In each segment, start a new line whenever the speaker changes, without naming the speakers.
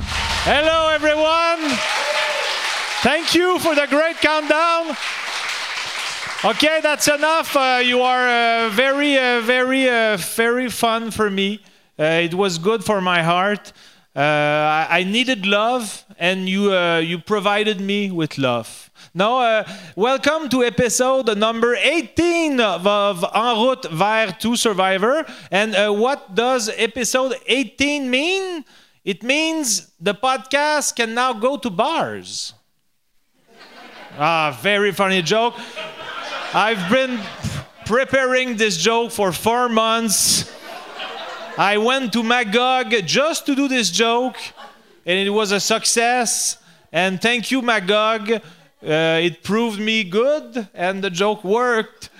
Hello, everyone. Thank you for the great countdown. Okay, that's enough. Uh, you are uh, very, uh, very, uh, very fun for me. Uh, it was good for my heart. Uh, I, I needed love, and you, uh, you provided me with love. Now, uh, welcome to episode number 18 of, of En route vers to Survivor. And uh, what does episode 18 mean? It means the podcast can now go to bars. ah, very funny joke. I've been preparing this joke for four months. I went to Magog just to do this joke, and it was a success. And thank you, Magog. Uh, it proved me good, and the joke worked.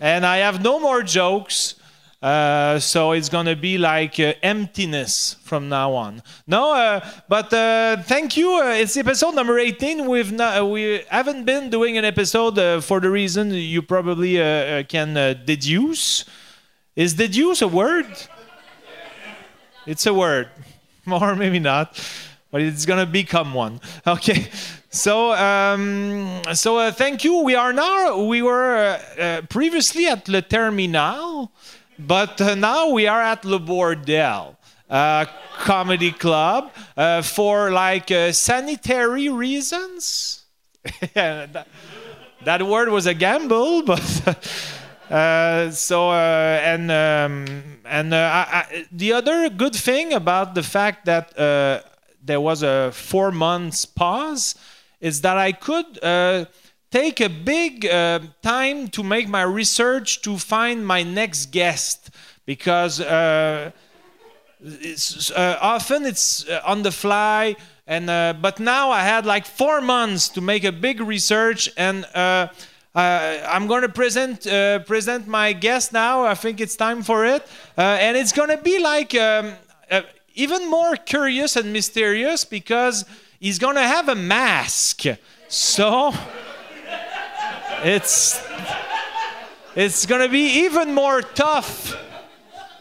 And I have no more jokes, uh, so it's gonna be like uh, emptiness from now on. No, uh, but uh, thank you. Uh, it's episode number 18. We've not, uh, we haven't been doing an episode uh, for the reason you probably uh, uh, can uh, deduce. Is deduce a word? It's a word, or maybe not, but it's gonna become one. Okay, so um, so uh, thank you. We are now we were uh, uh, previously at Le Terminal, but uh, now we are at Le Bordel uh, Comedy Club uh, for like uh, sanitary reasons. Yeah, that- that word was a gamble, but uh, so uh, and um, and uh, I, I, the other good thing about the fact that uh, there was a four months pause is that I could uh, take a big uh, time to make my research to find my next guest because. Uh, it's, uh, often it's uh, on the fly and uh, but now i had like four months to make a big research and uh, uh, i'm going to present uh, present my guest now i think it's time for it uh, and it's going to be like um, uh, even more curious and mysterious because he's going to have a mask so it's it's going to be even more tough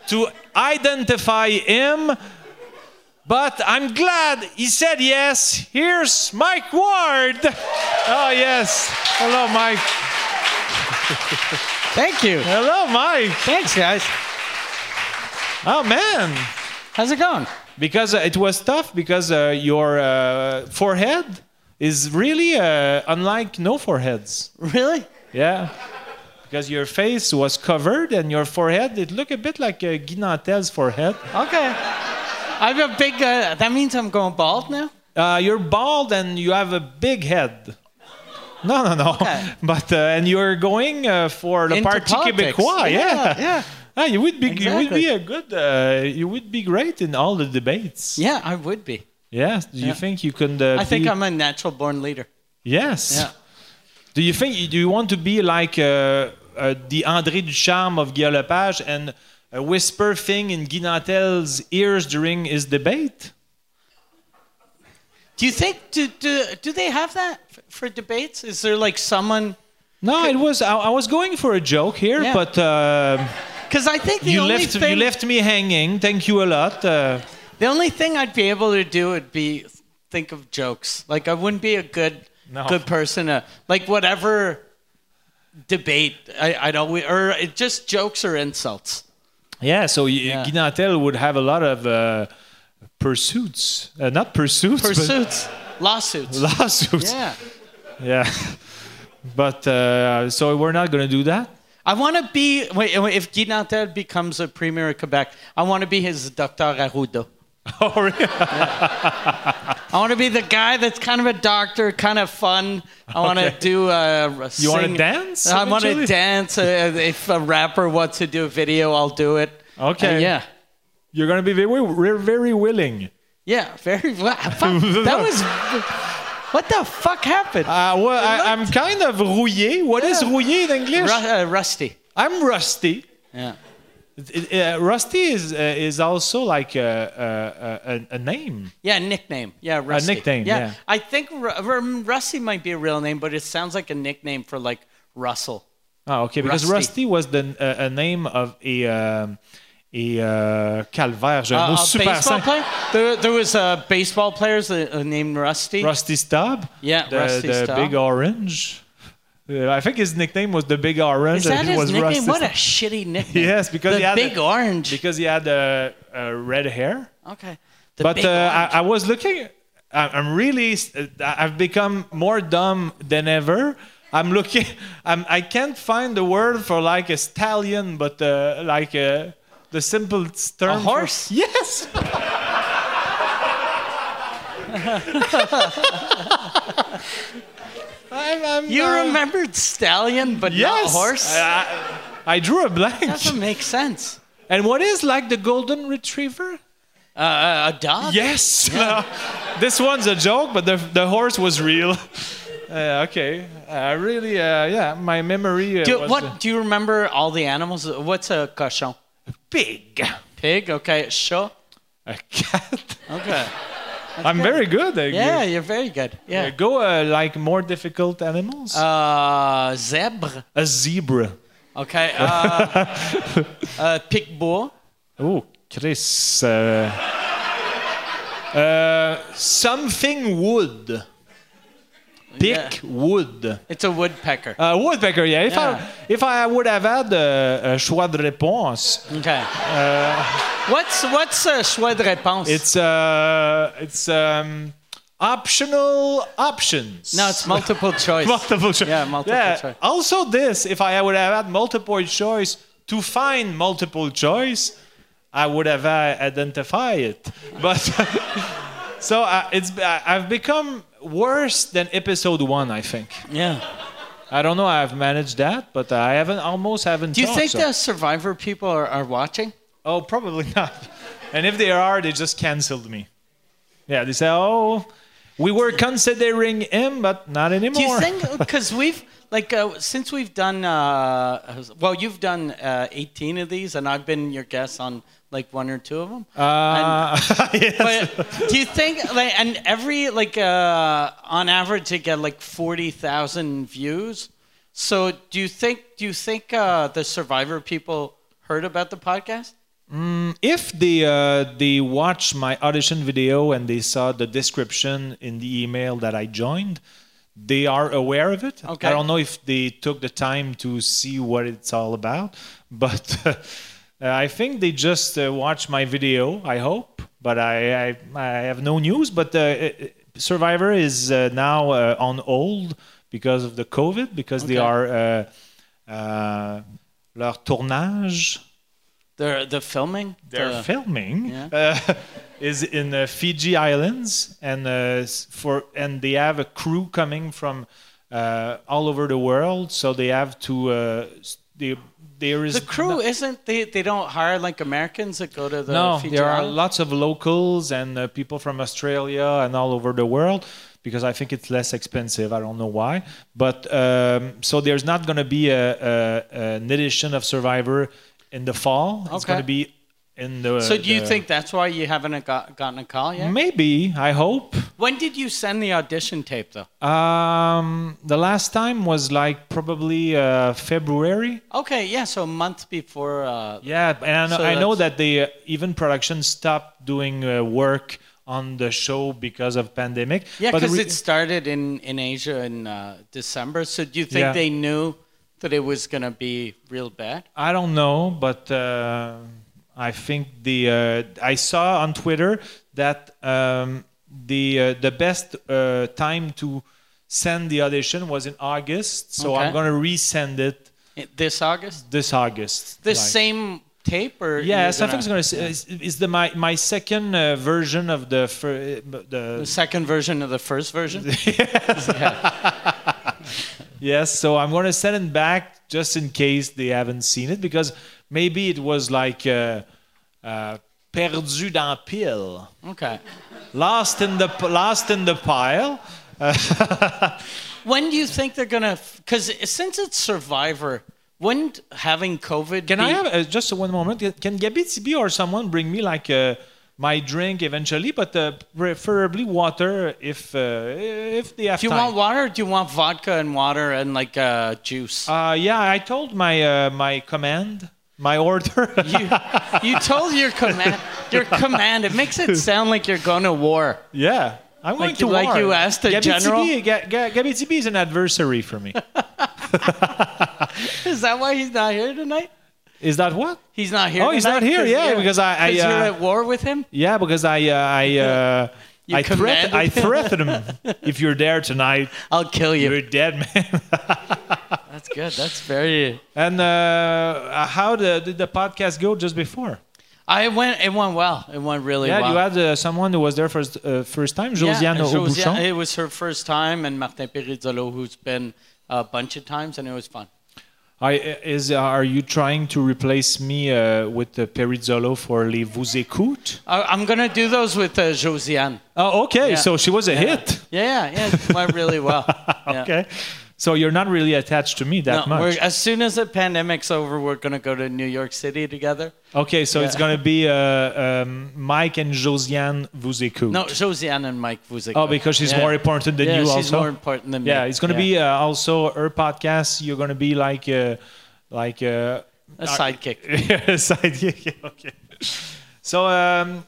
to identify him. But I'm glad he said yes. Here's Mike Ward. Oh, yes. Hello, Mike.
Thank you.
Hello, Mike.
Thanks, guys.
Oh, man.
How's it going?
Because uh, it was tough because uh, your uh, forehead is really uh, unlike no foreheads.
Really?
Yeah. Because your face was covered and your forehead, it looked a bit like uh, Guy Nantel's forehead.
Okay. I'm a big. Uh, that means I'm going bald now.
Uh, you're bald and you have a big head. No, no, no.
Okay.
But uh, and you're going uh, for the
Into
Parti
politics.
Québécois,
Yeah,
yeah.
yeah.
Ah, you would be you would
Exactly.
be a good uh, you would be great in all the debates.
Yeah, I would be.
Yes. Do you
Yeah.
think you can? Uh,
I think
be-
I'm a natural born leader.
Yes.
Yeah.
Do you think do you want to be like uh, uh, the André Ducharme of Guy Lepage and uh, whisper thing in Guy Nantel's ears during his debate?
Do you think do do, do they have that f- for debates? Is there like someone?
No, it was I, I was going for a joke here,
Yeah.
but. Uh,
Because I think the
you
only
left
thing
you left me hanging. Thank you a lot. Uh,
the only thing I'd be able to do would be think of jokes. Like I wouldn't be a good
No.
good person to like whatever debate I, I'd always or it just jokes or insults.
yeah, so y
Yeah.
Guy Nantel would have a lot of uh, pursuits, uh, not pursuits, but
Pursuits, lawsuits.
lawsuits.
Yeah.
Yeah. but uh, so we're not gonna do that.
I want to be, wait, wait, if Guy Nantel becomes a premier of Quebec, I want to be his Dr. Arruda.
Oh, really?
I want to be the guy that's kind of a doctor, kind of fun. I want to
Okay.
do uh,
You wanna
sing-
dance
I want to
eventually?
dance. Uh, if a rapper wants to do a video, I'll do it.
Okay.
Uh, yeah.
You're gonna be very very, very willing. Uh,
Yeah. Very well. Fuck, that was. What the fuck happened?
Uh, well, I,
I-
I'm kind of rouillé. What is
Yeah.
rouillé in English?
Ru- uh, rusty.
I'm rusty.
Yeah.
It- it- uh, rusty is uh, is also like a, a, a, a name.
Yeah, nickname. Yeah, Rusty.
nickname, yeah.
I think Ru- Ru- Rusty might be a real name, but it sounds like a nickname for like Russell.
Oh, okay. Because Rusty
Rusty.
was the uh, a name of a um, Et euh, calvaire, j'ai un
Uh,
mot
a
super
baseball
simple.
player? There, there was a baseball player uh, named Rusty.
Rusty Staub.
Yeah,
the,
Rusty
the
Staub.
Big Orange. Uh, I think his nickname was the Big Orange.
Is that
and
his
he was
nickname?
Rusty
What a
Staub.
shitty nickname.
Yes, because
the
he had
big
the-
orange.
Because he had uh, uh, red hair.
okay. The
but
big
uh,
orange.
I, I was looking. I, I'm really. s- uh, I've become more dumb than ever. I'm looking. I'm, I can't find the word for like a stallion, but uh, like a, the simple term.
a
for-
horse.
Yes. I'm, I'm,
You
uh,
remembered stallion, but
Yes.
not horse.
I, I, I drew a blank.
Doesn't make sense.
And what is like the golden retriever?
Uh, a dog.
Yes. this one's a joke, but the, the horse was real. Uh, okay. I really, uh, yeah, my memory uh,
Do,
was
what
uh,
do you remember? All the animals. What's a cochon?
big.
Pig. Okay. Chat.
A cat.
Okay.
I'm very good. at
Yeah, you're very good.
Uh,
Yeah.
go uh, like more difficult animals.
Uh, zebra.
a zebra.
Okay. Uh, uh, pigbo.
Oh, Chris. Uh, uh, something wood. Pick wood.
It's a woodpecker.
Uh, woodpecker, yeah. If,
Yeah.
I, if I would have had uh, a choix de réponse,
Okay. what's what's a choix de réponse?
Uh, It's uh, it's um, optional options.
no, it's multiple choice.
multiple choice.
Yeah, multiple choice.
Also, this if I would have had multiple choice to find multiple choice, I would have uh, identified it. But so uh, it's I- I've become worse than episode one. I think
Yeah.
I don't know. I've managed that, but I haven't almost haven't.
Do you
thought
think
so.
the Survivor people are, are watching?
Oh, probably not. And if they are, they just canceled me. Yeah, they say, oh, we were considering him, but not anymore.
Do you think because we've like uh, since we've done uh, well, you've done uh, 18 of these, and I've been your guest on like one or two of them.
Uh, yes.
But do you think like and every like uh on average they get like forty thousand views? So do you think do you think uh the survivor people heard about the podcast?
if they uh, they watched my audition video and they saw the description in the email that I joined, they are aware of it.
Okay.
I don't know if they took the time to see what it's all about, but uh, I think they just uh, watched my video. I hope, but I I, I have no news. But uh, uh, Survivor is uh, now uh, on hold because of the COVID because they
Okay.
are. Uh, uh, leur tournage
The the filming?
they're
The-
filming
yeah.
uh, is in uh, Fiji Islands, and uh, s- for and they have a crew coming from uh, all over the world, so they have to. Uh, s- they, there is
the crew
no-
isn't they they don't hire like Americans that go to the
no,
Fiji
there are
Islands?
lots of locals and uh, people from Australia and all over the world because I think it's less expensive. I don't know why, but um, so there's not going to be a, a, an edition of Survivor in the fall. It's
Okay.
going to be in the.
so do you
the-
think that's why you haven't got, gotten a call yet?
Maybe I hope.
When did you send the audition tape though?
Um, the last time was like probably uh, February.
Okay, yeah, so a month before uh,
Yeah, and
So
I know
that's-
that they uh, even production stopped doing uh, work on the show because of pandemic.
Yeah,
But
because
we-
it started in, in Asia in uh, December. So do you think
Yeah.
they knew that it was going to be real bad?
I don't know, but uh, I think the uh, I saw on Twitter that um, the uh, the best uh, time to send the audition was in August, so
Okay.
I'm gonna resend it
I- This August?
this August.
The
like-
same tape? or
Yeah,
you're
so I think it's gonna. Is, is the my my second uh, version of the fir- uh,
The
the
second version of the first version?
yes. So I'm gonna send it back just in case they haven't seen it because maybe it was like uh, uh, perdu dans pile,
Okay.
lost in the p- lost in the pile.
When do you think they're going to? Because since it's Survivor, wouldn't having COVID
Can
be,
I have uh, just one moment? Can- Can Gabi Tibi or someone bring me like uh, my drink eventually, but uh, preferably water if uh, if they have
Do you
time.
want water or do you want vodka and water and like uh, juice?
Uh, yeah, I told my uh, my command, my order.
you, You told your command. Your command. It makes it sound like you're going to war.
Yeah. I'm going
Like-
to
like
war.
you asked a
Gabby
general?
Tibi- Ga- Ga- Gabby Tibi is an adversary for me.
Is that why he's not here tonight?
is that what?
He's not here.
Oh, he's
tonight
not here,
'cause-
yeah, because I- I,
'cause
uh,
you're at war with him.
Yeah, because I uh, I uh,
You
I, threat-
commanded
I
him.
threatened him. if you're there tonight,
I'll kill you.
you're dead, man.
That's good. That's very.
and uh, how the, did the podcast go just before?
I went. It went well. It went really
Yeah,
well.
you had uh, someone who was there first uh, first time, Josiane
uh, Josiane-
Aubuchon.
It was her first time, and Martin Perizzolo, who's been a bunch of times, and it was fun.
I, is uh, are you trying to replace me uh, with uh, Perizzolo for Les Vous Écoute?
I, I'm gonna do those with uh, Josiane.
Oh, okay.
Yeah.
So she was a hit.
Yeah, yeah, yeah, it went really well. Yeah.
Okay. So you're not really attached to me that
No,
much.
we're, as soon as the pandemic's over, we're gonna go to New York City together.
Okay, so it's gonna be uh, um, Mike and Josiane Vous Écoute.
No, Josiane and Mike Vuzic.
Oh, because she's more important than
yeah,
you
she's
also.
more important than me.
yeah, it's gonna be uh, also her podcast. You're gonna be like, uh, like uh,
a sidekick.
sidekick. Okay. So, um,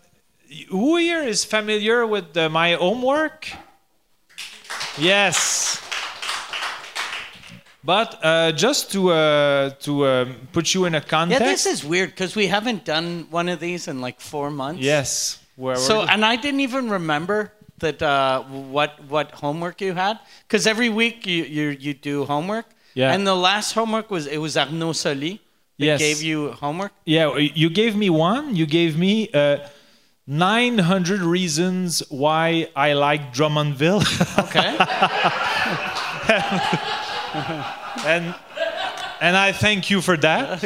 who here is familiar with uh, my homework? Yes. But uh, just to uh, to um, put you in a
Yeah,
context.
this is weird because we haven't done one of these in like four months.
yes. Where were
So,
we?
and I didn't even remember that uh, what what homework you had because every week you, you you do homework.
Yeah.
And the last homework was it was Arnaud Soli that
Yes.
gave you homework.
Yeah, uh, you gave me one. You gave me uh, 900 reasons why I like Drummondville,
Okay.
and and I thank you for that.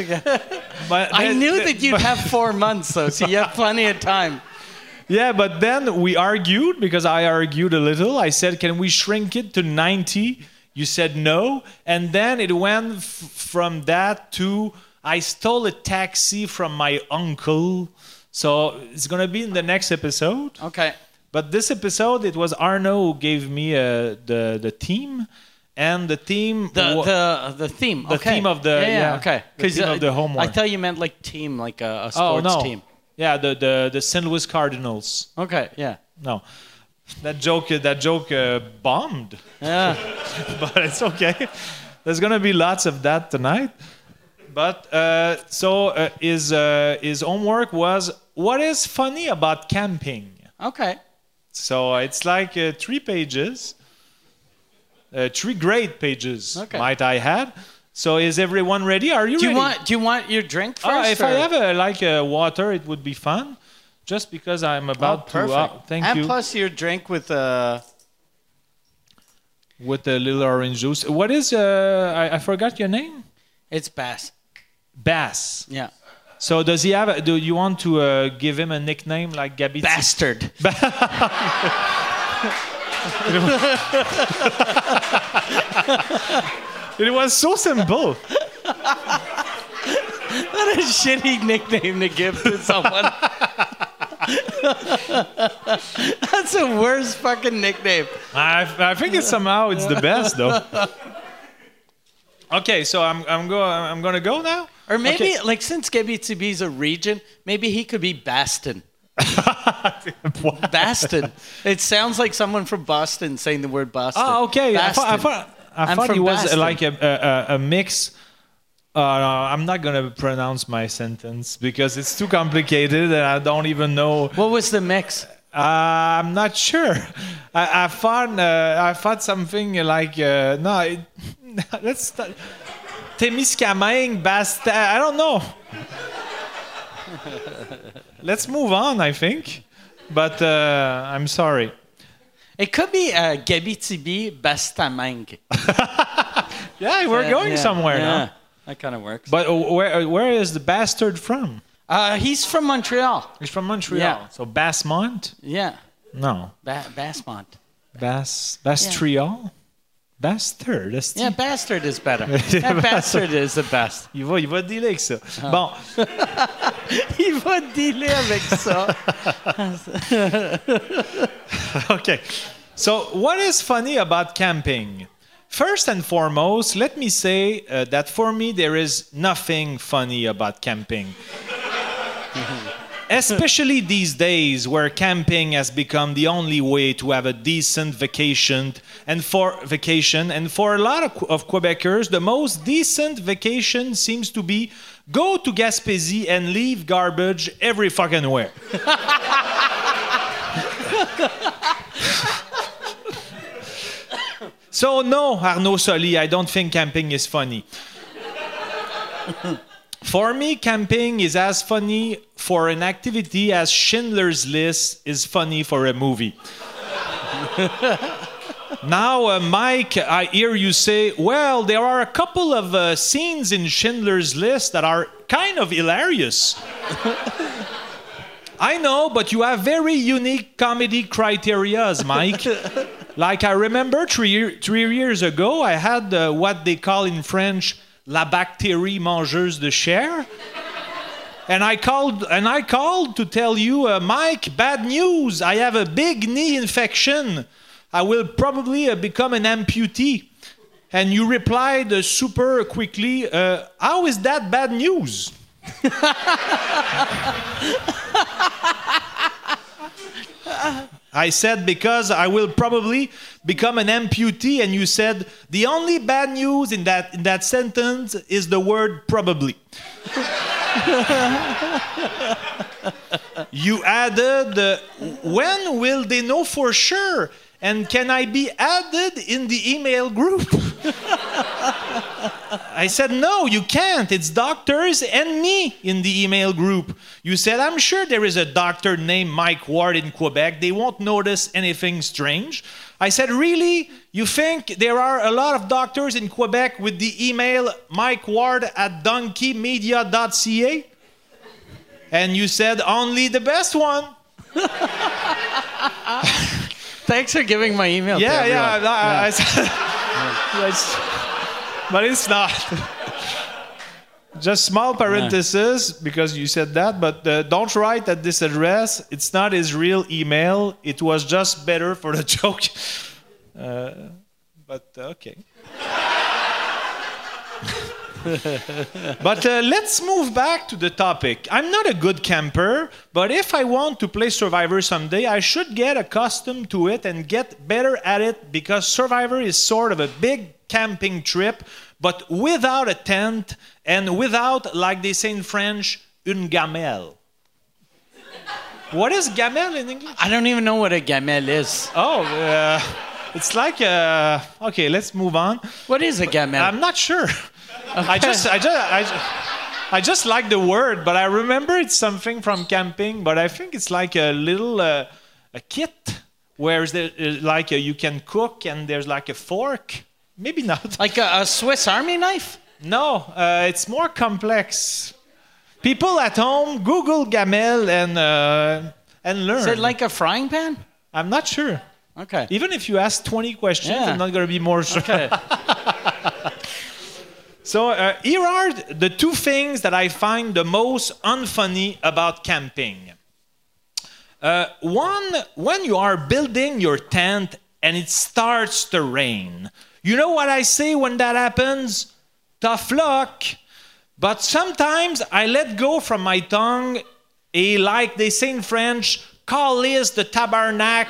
But
I
then-
knew that you'd have four months though, so you have plenty of time.
Yeah, but then we argued because I argued a little. I said, "Can we shrink it to 90?" You said no, and then it went f- from that to I stole a taxi from my uncle. So it's gonna be in the next episode.
Okay.
But this episode, it was Arno who gave me uh, the the team, and the team.
The,
wa-
the the theme. The okay.
theme of the-
yeah, yeah,
yeah,
okay.
the theme of the homework.
I thought you meant like team, like a, a
oh
sports
no,
team.
yeah, the the the St. Louis Cardinals.
Okay. Yeah.
No, that joke that joke uh, bombed,
Yeah.
but it's okay. There's gonna be lots of that tonight. But uh, so uh, his uh, his homework was what is funny about camping.
okay.
So it's like uh, three pages, uh, three great pages,
Okay.
might I add. So is everyone ready? Are you
Do
ready?
you want do you want your drink first?
Oh, if I
or-
have a, like a water, it would be fun. Just because I'm about to. Uh, thank
Oh, and
you.
plus your drink with uh
With a little orange juice. What is? Uh, I, I forgot your name.
it's bass.
Bass.
Yeah.
So does he have? A, do you want to uh, give him a nickname like Gabi?
Bastard.
It was so simple.
what a shitty nickname to give to someone. That's the worst fucking nickname.
I, I think it's somehow it's the best though. Okay, so I'm I'm go I'm gonna go now.
Or maybe like since Gabby is a region, maybe he could be Baston.
What?
Baston. it sounds like someone from Boston saying the word Boston.
Oh, okay. I thought I
Baston.
thought, I
I'm
thought
from
it was uh,
Boston.
like a a, a- a mix. Uh, I'm not gonna pronounce my sentence because it's too complicated and I don't even know.
What was the mix?
Uh, I'm not sure. I, I found uh, I found something like uh, no. It, let's start. Temiskaming basta. I don't know. let's move on. I think, but uh, I'm sorry.
It could be uh, Gabitibi Bastamangue.
Yeah, we're going
Yeah,
somewhere
yeah.
now.
That kind of works.
But uh, where uh, where is the bastard from?
Uh, he's from Montreal.
He's from Montreal.
Yeah.
So Bassmont?
Yeah,
No.
ba- Bassmont.
Bass Bastriol? Bastard. that's-
Yeah, bastard is better. That bastard is the best.
Il va, il va dealer avec ça.
Uh-huh.
Bon,
Il va dealer avec ça.
okay. So, what is funny about camping? First and foremost, let me say uh, that for me, there is nothing funny about camping. Especially these days where camping has become the only way to have a decent vacation and for vacation and for a lot of, Que- of Quebecers the most decent vacation seems to be go to Gaspésie and leave garbage every fucking where. So no, Arnaud Soli, I don't think camping is funny. for me, camping is as funny for an activity as Schindler's List is funny for a movie. now, uh, Mike, I hear you say, well, there are a couple of uh, scenes in Schindler's List that are kind of hilarious. I know, but you have very unique comedy criterias, Mike. Like I remember three, year, three years ago, I had uh, what they call in French la bactérie mangeuse de chair. And I called and I called to tell you, uh, Mike, bad news. I have a big knee infection. I will probably uh, become an amputee. And you replied uh, super quickly, uh, how is that bad news? I said because I will probably become an amputee, and you said the only bad news in that in that sentence is the word probably. you added, uh, when will they know for sure? And can I be added in the email group? I said, no, you can't. It's doctors and me in the email group. You said, I'm sure there is a doctor named Mike Ward in Quebec. They won't notice anything strange. I said, really? You think there are a lot of doctors in Quebec with the email Mike Ward at donkeymedia.ca? And you said, only the best one.
Thanks for giving my email. to
Yeah, yeah.
everyone.
I- I- I said- Yes. but it's not. Just small parenthesis because you said that, but uh, don't write at this address. It's not his real email. It was just better for the joke. Uh, but uh, okay. but uh, let's move back to the topic. I'm not a good camper, but if I want to play Survivor someday, I should get accustomed to it and get better at it because Survivor is sort of a big camping trip, but without a tent and without, like they say in French, une gamelle. what is gamelle in English?
I don't even know what a gamelle is.
Oh, uh, it's like uh, okay. Let's move on.
What is a gamelle?
I'm not sure. I just, I just, I, ju- I just like the word, but I remember it's something from camping. But I think it's like a little uh, a kit where there uh, like uh, you can cook and there's like a fork. Maybe not.
like a, a Swiss Army knife?
No, uh, it's more complex. People at home Google gamel and uh, and learn.
Is it like a frying pan?
I'm not sure.
Okay.
Even if you ask 20 questions,
Yeah.
I'm not going to be more sure.
Okay.
So uh, here are the two things that I find the most unfunny about camping. Uh, one, when you are building your tent and it starts to rain, you know what I say when that happens? Tough luck. But sometimes I let go from my tongue a, like they say in French, callis the tabarnak,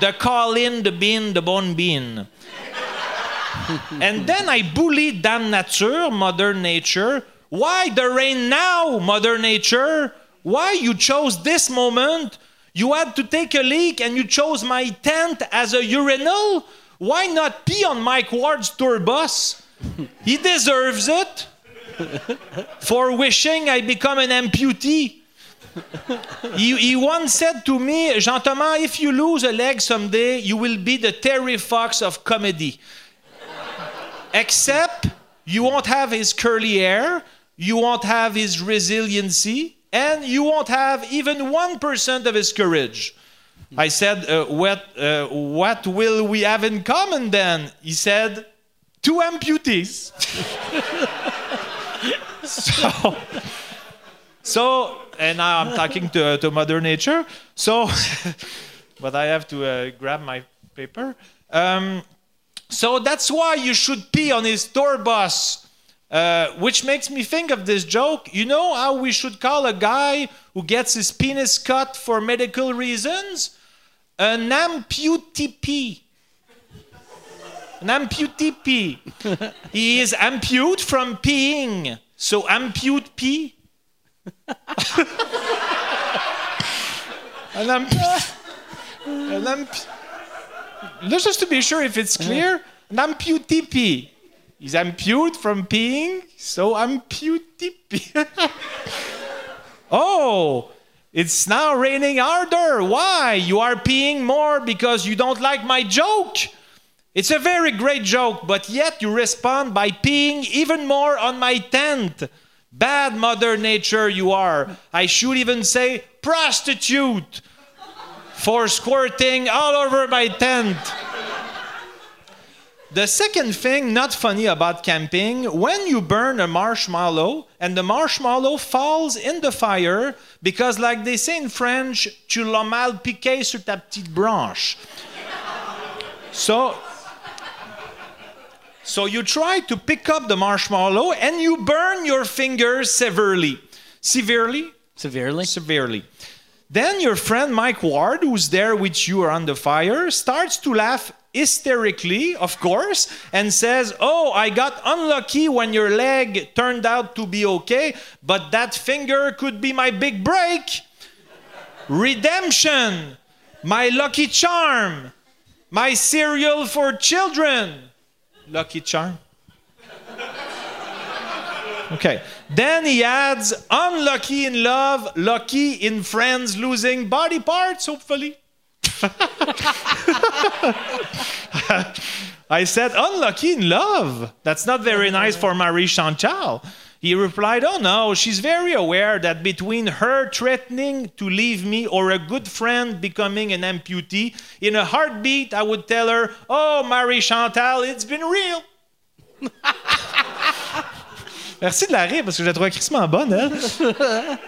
the call in, the bean, the bone bean. And then I bully Dame Nature, Mother Nature. Why the rain now, Mother Nature? Why you chose this moment? You had to take a leak and you chose my tent as a urinal? Why not pee on Mike Ward's tour bus? He deserves it for wishing I become an amputee. he, he once said to me, Jean Thomas, if you lose a leg someday, you will be the Terry Fox of comedy except you won't have his curly hair, you won't have his resiliency, and you won't have even 1% of his courage. I said, uh, what, uh, what will we have in common then? He said, two amputees. so, so, and now I'm talking to, to Mother Nature. So, but I have to uh, grab my paper. Um, so that's why you should pee on his tour bus. Uh, Uh, which makes me think of this joke. You know how we should call a guy who gets his penis cut for medical reasons? An amputee. An amputee. he is ampute from peeing. So ampute pee. An amp- an amp- Let's just to be sure if it's clear. An amputee pee. He's ampute from peeing, so amputee pee. oh, it's now raining harder. Why? You are peeing more because you don't like my joke. It's a very great joke, but yet you respond by peeing even more on my tent. Bad mother nature you are. I should even say prostitute for squirting all over my tent. The second thing not funny about camping, when you burn a marshmallow and the marshmallow falls in the fire, because like they say in French, tu l'as mal piqué sur ta petite branche. So, so you try to pick up the marshmallow and you burn your finger severely. Severely?
Severely?
Severely. Then your friend Mike Ward, who's there with you around the fire, starts to laugh hysterically, of course, and says, Oh, I got unlucky when your leg turned out to be okay, but that finger could be my big break. Redemption, my lucky charm, my cereal for children. Lucky charm. Okay. Then he adds unlucky in love, lucky in friends losing body parts, hopefully. I said unlucky in love. That's not very nice for Marie Chantal. He replied, Oh no, she's very aware that between her threatening to leave me or a good friend becoming an amputee, in a heartbeat, I would tell her, Oh, Marie Chantal, it's been real. Merci de la rire parce que je la trouvais crissement bonne, elle.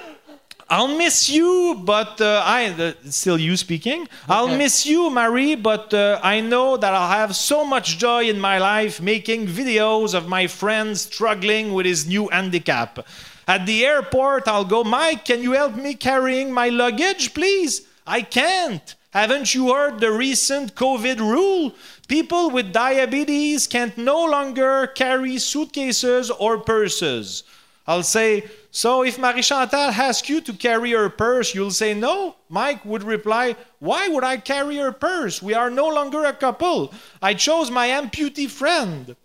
I'll miss you, but uh, I uh, still you speaking. I'll miss you, Marie, but uh, I know that I'll have so much joy in my life making videos of my friend struggling with his new handicap. At the airport, I'll go, Mike, can you help me carrying my luggage, please? I can't. Haven't you heard the recent COVID rule? People with diabetes can't no longer carry suitcases or purses. I'll say, So if Marie Chantal asks you to carry her purse, you'll say no. Mike would reply, Why would I carry her purse? We are no longer a couple. I chose my amputee friend.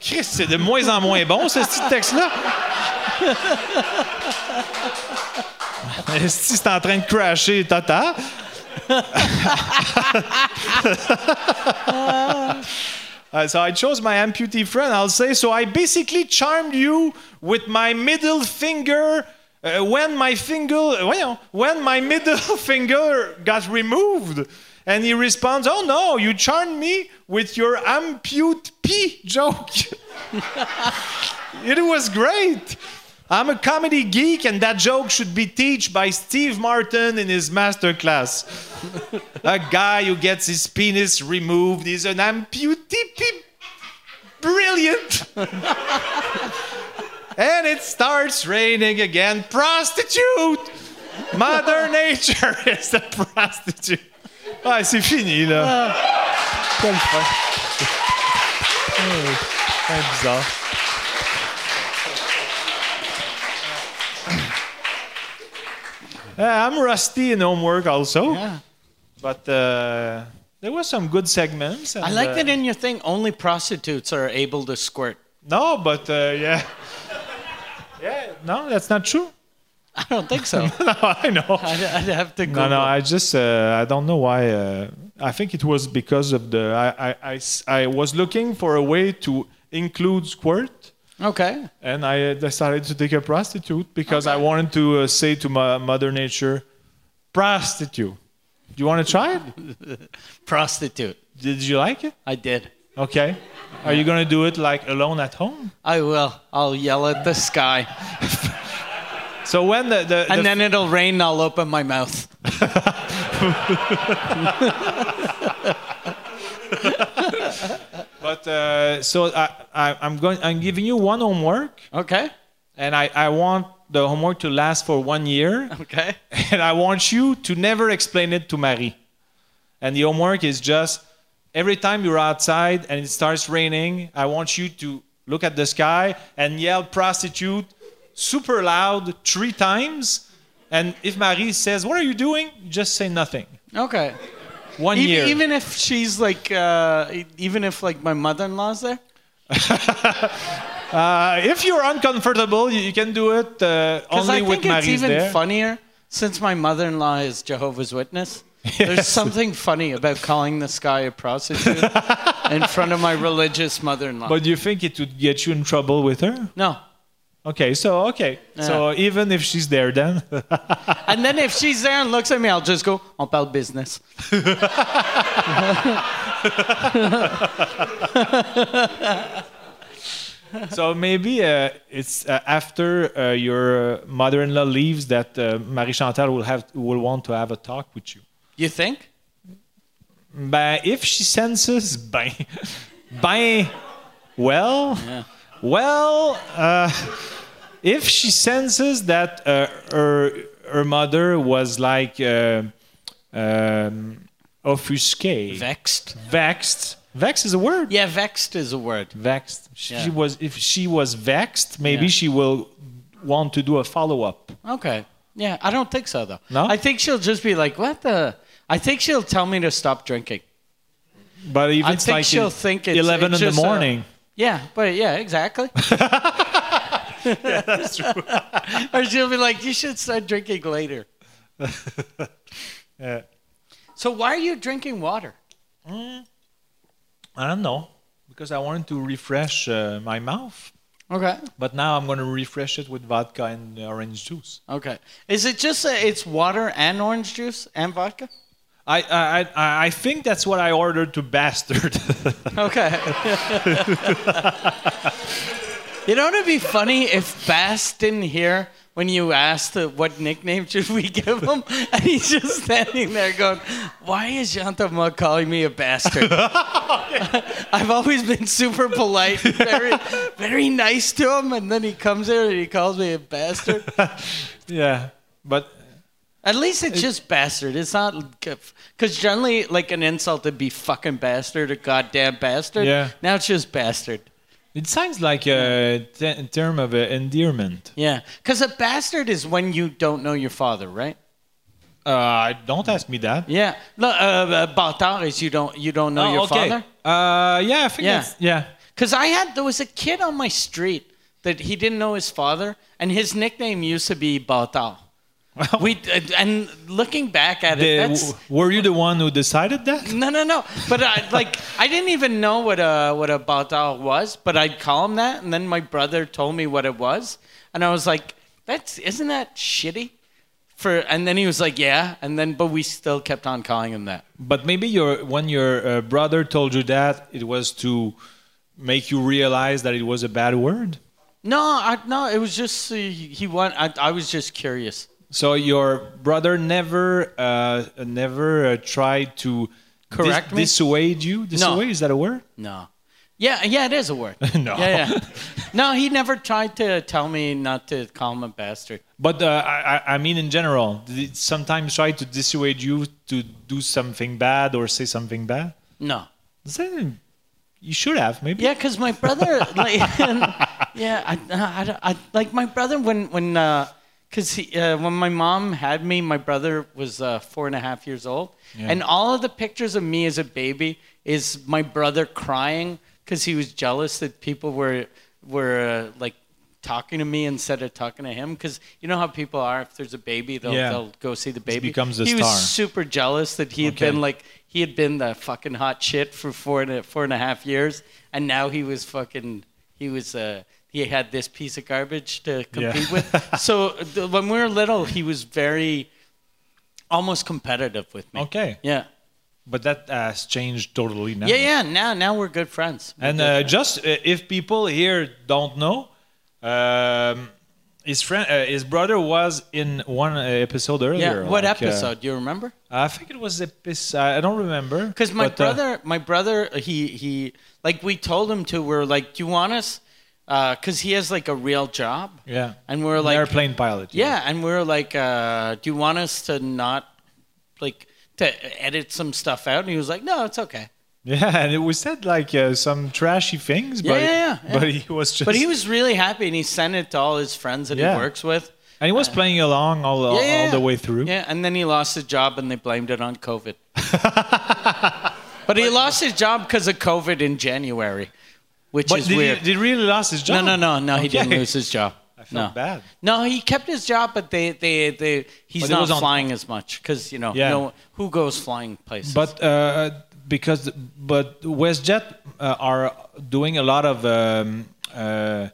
Chris, c'est de moins en moins bon, ce petit texte-là. Esti, c'est en train de crasher total. Uh, so I chose my amputee friend. I'll say so. I basically charmed you with my middle finger uh, when my finger, uh, well, when my middle finger got removed. And he responds, "Oh no, you charmed me with your ampute pee joke." it was great. I'm a comedy geek, and that joke should be taught by Steve Martin in his master class. a guy who gets his penis removed is an amputee. pee- Brilliant. and it starts raining again. Prostitute. Mother Nature is the prostitute. Ah, c'est fini là. Quelle fin. Oh, fin bizarre. Uh, I'm rusty in homework also.
Yeah.
But uh, there were some good segments. and,
I like
uh,
that in your thing, only prostitutes are able to squirt.
No, but uh, yeah. Yeah, no, that's not true.
I don't think so.
no, I know.
I'd, I'd have to Google.
No, no, I just, uh, I don't know why. Uh, I think it was because of the, I, I- I s- I was looking for a way to include squirt.
Okay.
And I uh, decided to take a prostitute because I wanted to uh, say to my mother nature, prostitute. Do you want to try it?
Prostitute.
Did you like it?
I did.
Okay. Are you gonna do it like alone at home?
I will. I'll yell at the sky.
So when the, the, the
And then it'll rain and I'll open my mouth.
but uh, so I, I, I'm going. I'm giving you one homework,
Okay.
and I, I want the homework to last for one year,
Okay.
and I want you to never explain it to Marie. And the homework is just every time you're outside and it starts raining, I want you to look at the sky and yell prostitute super loud three times. And if Marie says, "What are you doing?" just say nothing.
Okay.
One year.
Even, even if she's like, uh, e- even if like my mother-in-law's there.
Uh, if you're uncomfortable, you, you can do it uh,
Because I
only with
think it's
Marie's
even
there.
funnier since my mother-in-law is Jehovah's Witness. There's
Yes.
something funny about calling this guy a prostitute in front of my religious mother-in-law.
But do you think it would get you in trouble with her?
no.
Okay, so okay, so even if she's there, then
And then if she's there and looks at me, I'll just go, on parle business.
so maybe uh, it's uh, after uh, your mother-in-law leaves that uh, Marie Chantal will have will want to have a talk with you.
You think?
Ben, if she senses, ben, ben, well, well, uh, if she senses that uh, her her mother was like uh, um, offuscate,
Vexed.
vexed, vexed is a word.
Yeah, vexed is a word.
Vexed. She
Yeah.
was. If she was vexed, maybe
Yeah.
she will want to do a follow up.
Okay. Yeah, I don't think so though.
No?
I think she'll just be like, "What the?" I think she'll tell me to stop drinking.
But if
I
it's
think
like
she'll
in-
think it's-
eleven
it's
in
just
the
a-
morning.
Yeah, but yeah, exactly. that's true. or she'll be like, "You should start drinking later."
Yeah.
So why are you drinking water?
I don't know because I wanted to refresh uh, my mouth.
Okay.
But now I'm going to refresh it with vodka and orange juice.
Okay. Is it just uh, it's water and orange juice and vodka?
I I, I, I think that's what I ordered to Bastard.
Okay. you know what'd be funny if Bass didn't hear when you asked uh, what nickname should we give him, and he's just standing there going, "Why is Jean-Thomas calling me a bastard?" I've always been super polite, very, very nice to him, and then he comes here and he calls me a bastard.
yeah, but
At least it's just bastard. It's not because generally, like an insult would be fucking bastard or goddamn bastard.
Yeah.
Now it's just bastard.
it sounds like a te- term of uh, endearment.
Yeah, because a bastard is when you don't know your father, right?
Uh, don't ask me that.
Yeah. No, uh, uh, bâtard is you don't you don't know
Oh,
your
okay.
father.
Uh, yeah, I think
Yeah.
that's- yeah.
Because I had there was a kid on my street that he didn't know his father, and his nickname used to be bâtard.
Well,
We and looking back at
the-
it, that's
were you the one who decided that?
No, no, no. But I, like, I didn't even know what a what a badal was, but I'd call him that, and then my brother told me what it was, and I was like, "That's isn't that shitty?" For and then he was like, "Yeah," and then but we still kept on calling him that.
But maybe your when your uh, brother told you that, it was to make you realize that it was a bad word.
No, I, no, it was just uh, he he want. I, I was just curious.
So your brother never, uh, never uh, tried to
Correct me?
dissuade you. Dissuade is that a word?
No. Yeah, yeah, it is a word.
No.
Yeah, yeah. No, he never tried to tell me not to call him a bastard.
But uh, I, I- I mean, in general, did it sometimes try to dissuade you to do something bad or say something bad.
No.
Is that- you should have maybe.
Yeah, because my brother, like, yeah, I, I, don't- I, like my brother when when because he uh, when my mom had me, my brother was uh, four and a half years old, and all of the pictures of me as a baby is my brother crying because he was jealous that people were were uh, like talking to me instead of talking to him because you know how people are if there's a baby they'll,
Yeah.
they'll go see the baby
becomes the
he
star.
was super jealous that he had
Okay.
been like he had been the fucking hot shit for four and a, four and a half years, and now he was fucking he was uh he had this piece of garbage to compete with. So th- when we were little, he was very almost competitive with me.
Okay.
Yeah.
But that has changed totally now.
Yeah, yeah. Now, now we're good friends. We're
And
good
uh, just uh, if people here don't know, um, His friend, uh, his brother was in one uh, episode earlier.
Yeah. What
like, uh,
episode? Do you remember?
I think it was episode. I don't remember.
Because my
but, uh,
brother, my brother, he he, like we told him to. We're like, do you want us? Because he has like a real job,
yeah,
and we're like,
airplane pilot.
yeah, and we're like, uh, do you want us to not, like, to edit some stuff out? And he was like, no, it's okay.
yeah, and it was said like uh, some trashy things,
Yeah,
but
yeah, yeah.
but he was just
But he was really happy, and he sent it to all his friends that
Yeah.
he works with.
and he was playing along all all,
Uh, Yeah, yeah,
all the
yeah.
way through.
Yeah, and then he lost his job, and they blamed it on COVID. but he lost his job because of COVID in January, which
But
is
did
weird.
He, did he really lost his
no,
job?
no, no, no. He didn't
Okay.
lose his job. I
felt
no.
bad.
No, he kept his job, but they, they, they he's
But it
not
was on-
flying as much because you know,
Yeah.
no, who goes flying places?
But uh, because but WestJet uh, are doing a lot of um, uh,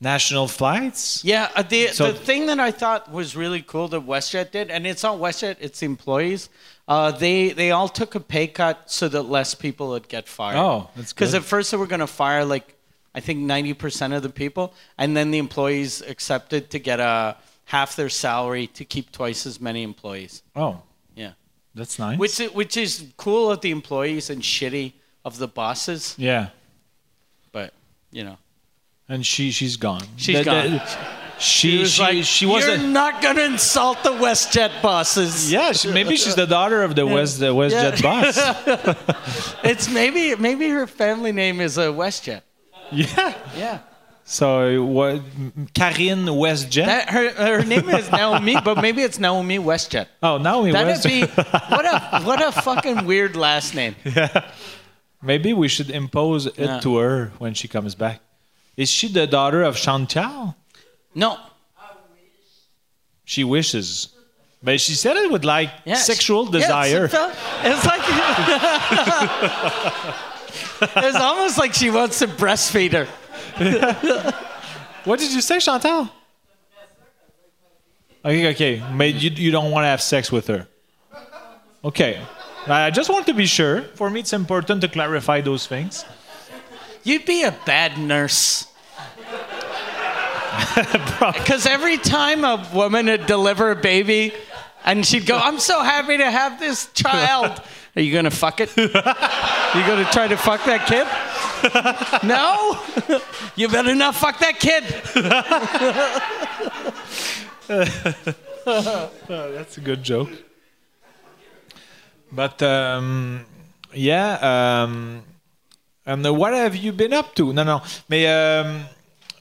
national flights.
Yeah, uh, the
So-
the thing that I thought was really cool that WestJet did, and it's not WestJet, it's the employees. Uh, they they all took a pay cut so that less people would get fired.
Oh, that's
because
good.
at first they were going to fire like I think ninety percent of the people, and then the employees accepted to get a half their salary to keep twice as many employees.
Oh,
Yeah,
that's nice.
which i- which is cool of the employees and shitty of the bosses,
yeah,
but you know.
and she she's gone.
She's
That-
gone.
that- she she
He was
she,
like,
wasn't.
You're not gonna insult the WestJet bosses.
yeah, she, maybe she's the daughter of the West the WestJet boss.
It's maybe maybe her family name is a WestJet.
yeah.
Yeah.
So what? Karine WestJet.
That her her name is Naomi, but maybe it's Naomi WestJet.
oh, now we
That'd
West.
be what a what a fucking weird last name.
maybe we should impose it
Yeah.
to her when she comes back. Is she the daughter of Chantal?
No.
She wishes. But she said it with like
Yeah.
sexual
Yeah, it's-
desire.
it felt- It's, like it's almost like she wants to breastfeed her.
what did you say, Chantal? Okay, okay. But you, you don't want to have sex with her. Okay. I just want to be sure. For me, it's important to clarify those things.
You'd be a bad nurse. Because every time a woman would deliver a baby and she'd go, I'm so happy to have this child. Are you going to fuck it? you going to try to fuck that kid? no? you better not fuck that kid.
That's a good joke. But um, yeah, um, and uh, what have you been up to? No, no. Mais um,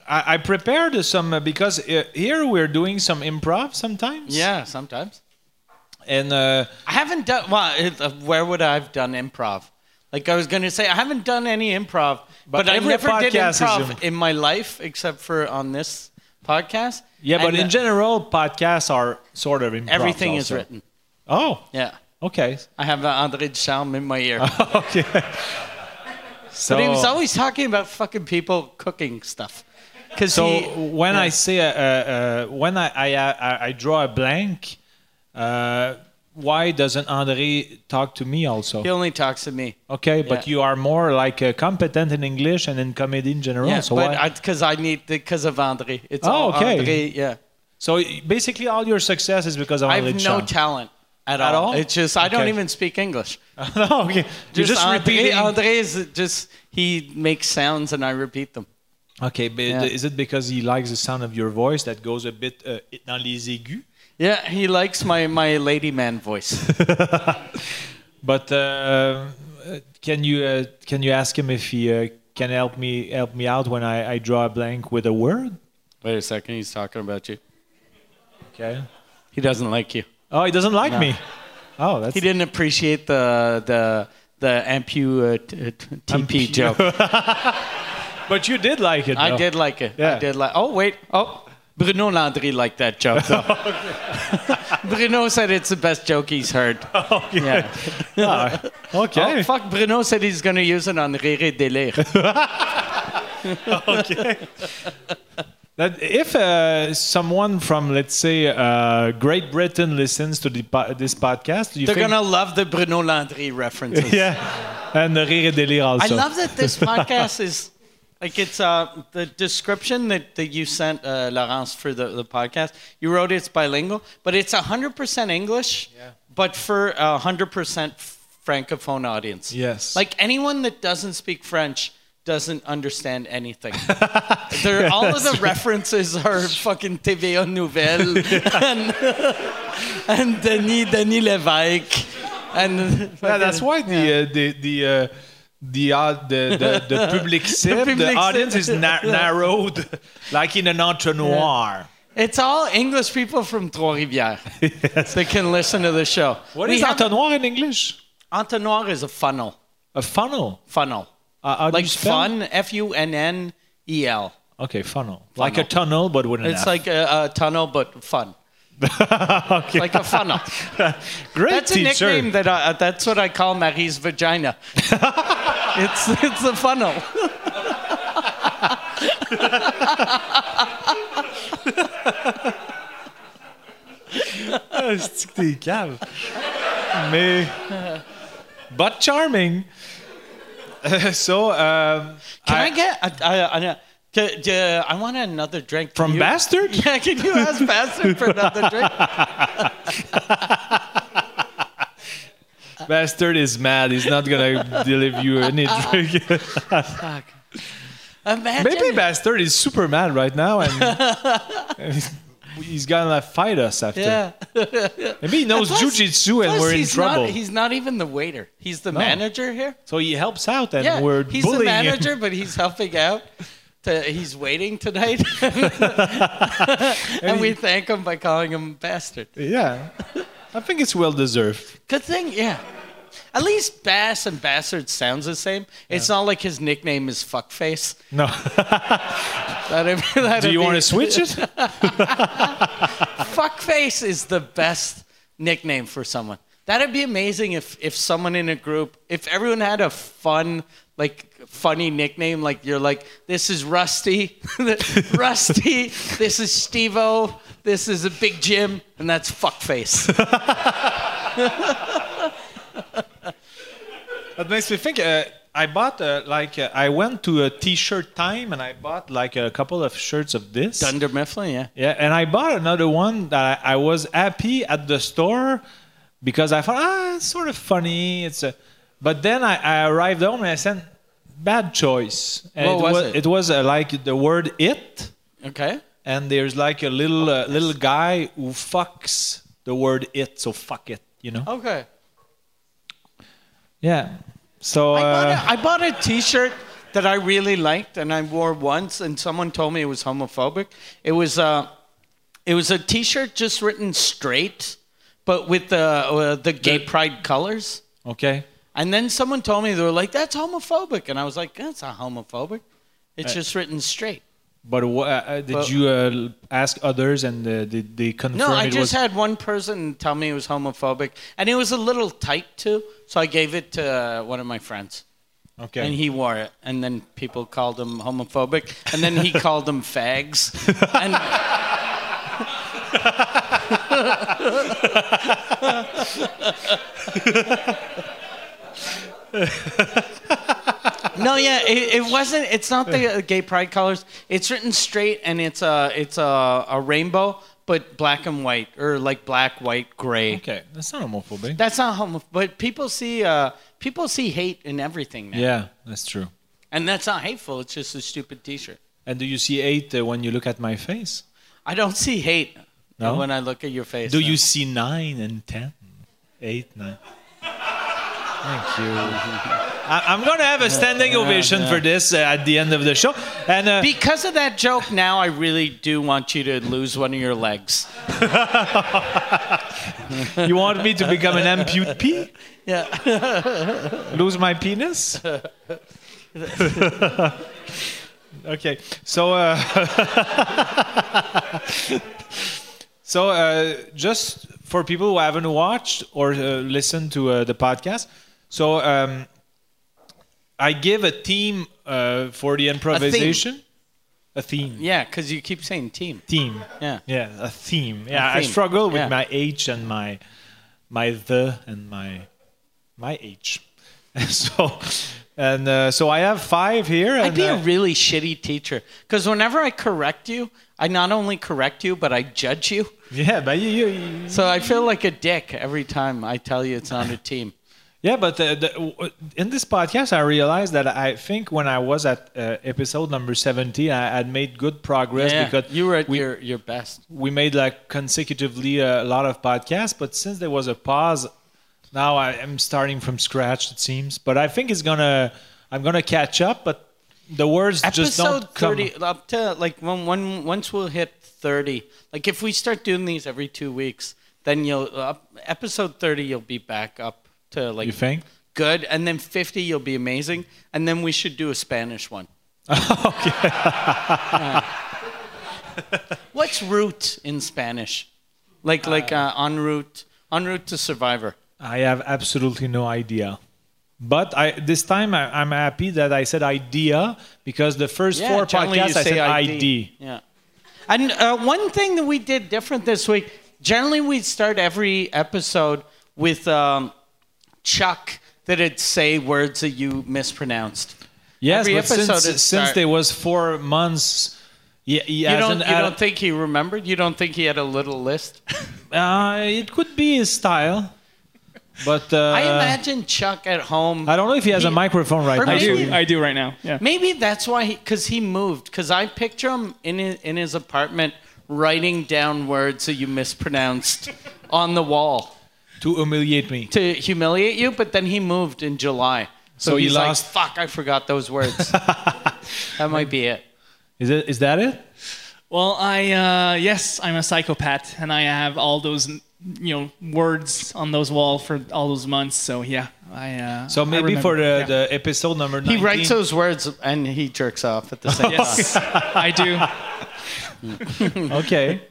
I, I prepared some uh, because uh, here we're doing some improv sometimes.
Yeah, sometimes.
And uh,
I haven't done, well, it- uh, where would I have done improv? Like I was going to say, I haven't done any improv, but, I
every
never did
podcast is
improv
imp-
in my life except for on this podcast.
yeah, but
And,
in
uh,
general, podcasts are sort of improv.
Everything is
also.
written.
Oh,
Yeah.
okay.
I have uh, André Ducharme in my ear.
okay. So,
but he was always talking about fucking people cooking stuff. Because
So
he,
when I say uh, uh, when I I, I I draw a blank, uh, why doesn't André talk to me also?
he only talks to me.
Okay, but
Yeah.
you are more like uh, competent in English and in comedy in general.
Yeah,
Oh, so why?
but because I, need, because of André. It's
Oh,
all
okay.
André, yeah.
so basically, all your success is because of
I have
André
no
Duchamp.
talent at,
At
all.
all?
It's just, I don't
Okay.
even speak English.
no, okay. You're just
André,
repeating.
André is just, he makes sounds and I repeat them.
Okay, but
Yeah.
is it because he likes the sound of your voice that goes a bit uh, dans les aigus?
Yeah, he likes my, my lady man voice.
But uh, uh, can you uh, can you ask him if he uh, can help me help me out when I, I draw a blank with a word?
Wait a second, he's talking about you.
Okay.
He doesn't like you.
Oh, he doesn't like
No.
me. Oh, that's
He didn't appreciate the the the ampu uh, t- t- TP
Ampu-
joke.
But you did like it.
I
though.
did like it.
Yeah.
I did like. Oh wait. Oh, Bruno Landry liked that joke. Though. Bruno said it's the best joke he's heard.
Okay.
Yeah.
Ah, okay.
Oh fuck! Bruno said he's gonna use it on Rire et Délire.
That if uh, someone from let's say uh, Great Britain listens to the po- this podcast, do you
They're
think?
gonna love the Bruno Landry references.
yeah, and the rire et délire
I
also.
love that this podcast is Like it's uh, the description that, that you sent, uh, Laurence, for the, the podcast. You wrote it's bilingual, but it's 100% English,
Yeah.
but for a 100% francophone audience.
Yes.
Like anyone that doesn't speak French doesn't understand anything. They're, all of the references are fucking TVA Nouvelle and, and Denis, Denis Lévesque. And
Yeah, that's why the uh, the the uh, the, uh, the the the public sip, the,
public sip.
audience is na- narrowed, like in an entonnoir.
It's all English people from Trois-Rivières that can listen to the show.
What
We
is
have-
entonnoir in English?
Entonnoir is a funnel.
A funnel.
Funnel.
Uh, how do
Like
you spell?
fun, F-U-N-N-E-L.
Okay, funnel. Like a tunnel, but with an
E It's
F.
like a, a tunnel, but fun.
Okay.
Like a funnel.
great
That's a
teacher.
nickname that I, uh, that's what I call Marie's vagina. it's it's a funnel.
Ah, c'est-tu que t'es cave. Mais. But charming. so, um,
Can I,
I-
get a, a, a, a- d- uh, I want another drink. Can
from
you-
Bastard?
Yeah, can you ask Bastard for another drink?
Bastard is mad. He's not gonna deliver you any drink.
Fuck. Imagine
Maybe Bastard is super mad right now and, and he's, he's gonna fight us after.
Yeah.
Maybe he knows
Plus-
jujitsu and
plus
we're in
he's not-
trouble.
he's not even the waiter. He's the manager here.
so he helps out and
Yeah,
we're
he's
bullying
the
him.
manager, but he's helping out. To, he's waiting tonight, and we thank him by calling him bastard.
Yeah. I think it's well deserved.
Good thing, yeah. At least Bass and Bastard sounds the same. It's not like his nickname is Fuckface.
No.
That'd be- that'd
Do you
be-
want to switch it?
Fuckface is the best nickname for someone. That'd be amazing if if someone in a group, if everyone had a fun like funny nickname like you're like this is Rusty, Rusty, this is Stevo, this is a Big Jim, and that's Fuckface.
That makes me think. Uh, I bought uh, like uh, I went to a T-shirt time and I bought like a couple of shirts of this.
Dunder Mifflin, yeah.
Yeah, and I bought another one that I, I was happy at the store because I thought ah, it's sort of funny. It's a, but then I, I arrived home and I said, bad choice. And
What
it
was
was
it?
it was uh, like the word it,
Okay.
and there's like a little uh, little guy who fucks the word it, so fuck it, you know.
Okay.
Yeah. So.
I bought,
uh,
a, I bought a T-shirt that I really liked, and I wore once, and someone told me it was homophobic. It was uh, it was a T-shirt just written straight, but with the uh, the gay pride colors.
okay.
And then someone told me they were like, "That's homophobic," and I was like, "That's not homophobic. It's
Uh,
just written straight."
But wha- uh, uh, did
Well-
you uh, l- ask others and uh, did they confirm
No, I
it
just
was?
had one person tell me it was homophobic, and it was a little tight too, so I gave it to uh, one of my friends.
okay.
And he wore it, and then people called him homophobic, and then he called them fags. And no, yeah, it, it wasn't. It's not the uh, gay pride colors. It's written straight, and it's a it's a, a rainbow, but black and white, or like black, white, gray.
okay, that's not homophobic.
That's not homo. But people see uh, people see hate in everything now.
yeah, that's true.
And that's not hateful. It's just a stupid T-shirt.
And do you see eight uh, when you look at my face?
I don't see hate
No?
when I look at your face.
Do
no.
you see nine and ten? Eight, nine. Thank you. I- I'm gonna have a standing ovation for this uh, at the end of the show. And uh,
Because of that joke, now I really do want you to lose one of your legs.
you want me to become an amputee?
Yeah.
lose my penis? okay, so uh, so uh, just for people who haven't watched or uh, listened to uh, the podcast, so um, I give a theme uh, for the improvisation. A theme.
Yeah, because you keep saying team.
Theme.
Yeah.
Yeah, a theme. Yeah, I
theme.
struggle with
Yeah.
my H and my my the and my my H. so And uh, so I have five here.
I'd
and,
be
uh,
a really shitty teacher because whenever I correct you, I not only correct you, but I judge you.
yeah, but you, you, you-
So I feel like a dick every time I tell you it's not a team.
yeah, but uh, the, w- in this podcast, I realized that I think when I was at uh, episode number 70, I had made good progress
yeah,
because
you were at
we,
your, your best.
we made like consecutively a lot of podcasts, but since there was a pause, now I am starting from scratch. It seems, but I think it's gonna I'm gonna catch up, but the words just
Episode
don't come.
30, up to like when, when, once we'll hit 30, like if we start doing these every two weeks, then you'll, up, episode 30, you'll be back up to like
You think?
good. And then 50, you'll be amazing. And then we should do a Spanish one.
okay.
What's route in Spanish? Like like uh, en route en route to Survivor.
I have absolutely no idea. But I, this time I, I'm happy that I said idea because the first four
generally
podcasts I said ID.
Yeah. And uh, one thing that we did different this week. Generally, we'd start every episode with um, Chuck that'd say words that you mispronounced.
Yes,
Every
but
episode
since,
is
since
start-
there was four months, he, he
You don't,
hasn't
you
had-
don't think he remembered? You don't think he had a little list?
uh, it could be his style. But uh,
I imagine Chuck at home.
I don't know if he has a microphone right
or
now.
I
maybe-
do. I do right now. Yeah.
Maybe that's why, because he, moved. Because I picture him in his, in his apartment writing down words that you mispronounced on the wall
to humiliate me.
to humiliate you. But then he moved in July, so,
So he
he's
lost-
like, "Fuck, I forgot those words." that might be it.
Is it? Is that it?
Well, I uh, yes, I'm a psychopath, and I have all those you know words on those wall for all those months. So yeah, I. Uh,
So
I
maybe
remember.
for the,
Yeah.
the episode number
He
19.
writes those words and he jerks off at the same time.
Yes, I do.
Okay.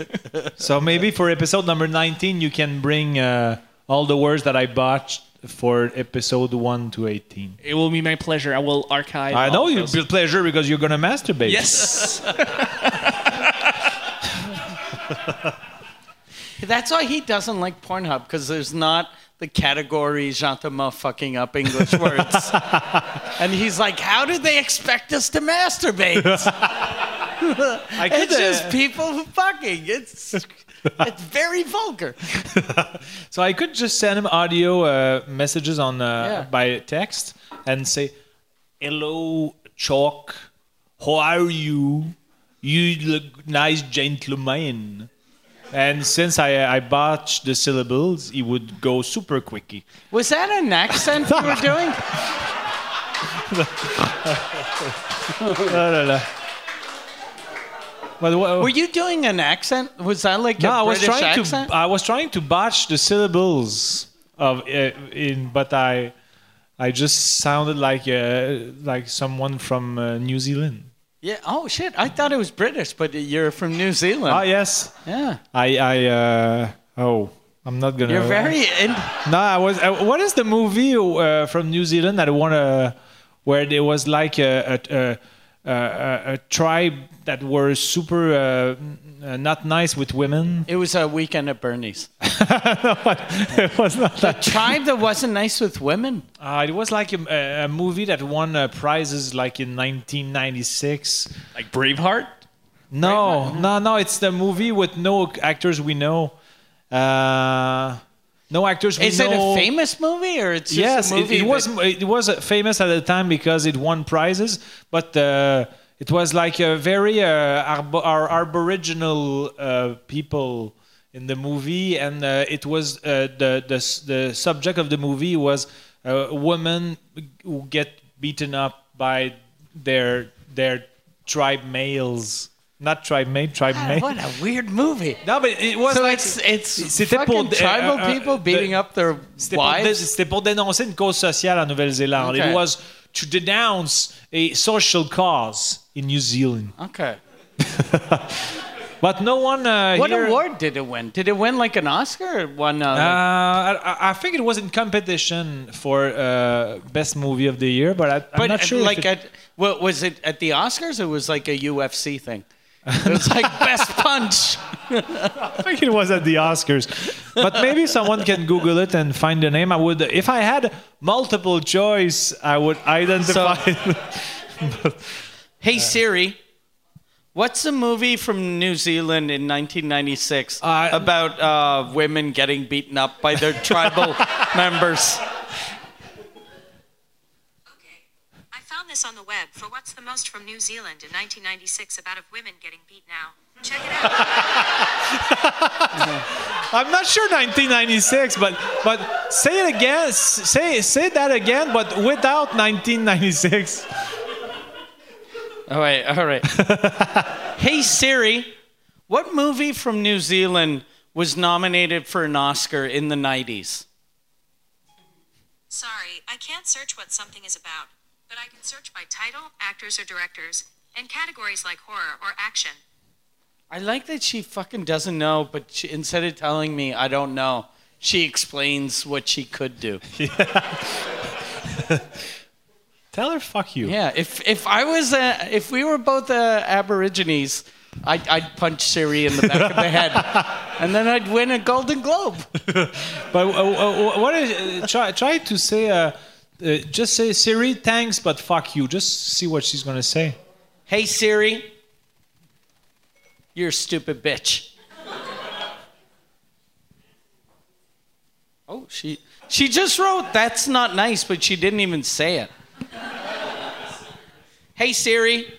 so maybe for episode number 19, you can bring uh, all the words that I botched for episode 1 to 18.
It will be my pleasure. I will archive.
I
all
know
of
you
those.
will pleasure because you're going to masturbate.
Yes.
That's why he doesn't like Pornhub because there's not the category Jantama fucking up English words. and he's like, how do they expect us to masturbate?
I could,
it's
uh,
just people who fucking. It's it's very vulgar.
so I could just send him audio uh, messages on uh,
Yeah.
by text and say, "Hello, Chalk. How are you? You look nice, gentleman." And since I I botched the syllables, he would go super quicky.
Was that an accent you were doing?
La, la, la. But wha-
Were you doing an accent? Was that like
no,
a
I was
British
trying
accent?
to I was trying to botch the syllables of uh, in, but I I just sounded like uh, like someone from uh, New Zealand.
yeah. Oh shit! I thought it was British, but you're from New
Ah
Zealand.
yes,
yeah.
I I uh, oh I'm not gonna.
You're very. In-
No, I was. I, what is the movie uh, from New Zealand that want to where there was like a a, a, a, a tribe that were super uh, n- uh, not nice with women.
it was a weekend at Bernie's.
no, it was not that.
Tribe that wasn't nice with women.
Uh, it was like a- a, a movie that won uh, prizes like in 1996.
like Braveheart.
No, no, no. It's the movie with no actors we know. Uh, no actors we
Is
know.
it a famous movie or it's just
Yes,
a
it,
movie
it
that-
was. It was famous at the time because it won prizes, but. Uh, it was like a very uh, arbo- ar- aboriginal uh, people in the movie, and uh, it was uh, the, the s- the subject of the movie was uh, women who get beaten up by their their tribe males, not tribe mate, tribe
Ah,
mate.
what a weird movie.
No, but it was
So
like
it's it's
c'était pour
fucking
dé-
tribal
euh, euh,
people
de-
beating up their
C'était pour, dé-
wives.
c'était pour dénoncer une cause sociale en Nouvelle-Zélande.
Okay.
It was to denounce a social cause in New Zealand.
Okay.
But no one uh,
What
here-
award did it win? Did it win like an Oscar or one? Uh,
Uh, I, I think it was in competition for uh, best movie of the year, but I,
but
I'm not
uh,
sure. if
like
it-
at what was it at the Oscars? It was like a UFC thing. It was like best punch.
I think it was at the Oscars. but maybe someone can Google it and find the name. I would, if I had multiple choice, I would identify.
Hey Siri, what's a movie from New Zealand in 1996
Uh,
about uh, women getting beaten up by their tribal members?
Okay. I found this on the web for what's the most from New Zealand in 1996 about of women getting beat now. Check it out.
I'm not sure 1996, but but say it again. s- Say say that again, but without 1996.
All right, all right. hey Siri, what movie from New Zealand was nominated for an Oscar in the 90s?
Sorry, I can't search what something is about, but I can search by title, actors or directors, and categories like horror or action.
I like that she fucking doesn't know, but she, instead of telling me I don't know, she explains what she could do.
Tell her fuck you.
Yeah, if if I was a, if we were both uh, Aborigines, I'd, I'd punch Siri in the back of the head, and then I'd win a Golden Globe.
But uh, uh, what is uh, try try to say uh, uh, just say Siri thanks but fuck you. Just see what she's gonna say.
Hey Siri, you're a stupid bitch. Oh, she she just wrote that's not nice, but she didn't even say it. hey Siri,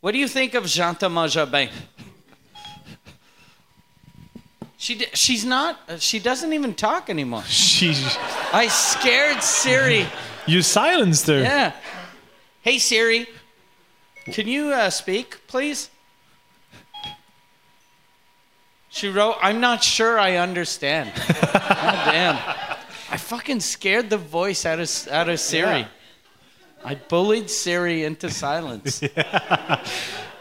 what do you think of Jean Thomas Jobin? She di- she's not uh, she doesn't even talk anymore.
She,
I scared Siri.
you silenced her.
Yeah. Hey Siri, can you uh, speak, please? She wrote, "I'm not sure I understand." God damn! I fucking scared the voice out of out of Siri. I bullied Siri into silence. yeah.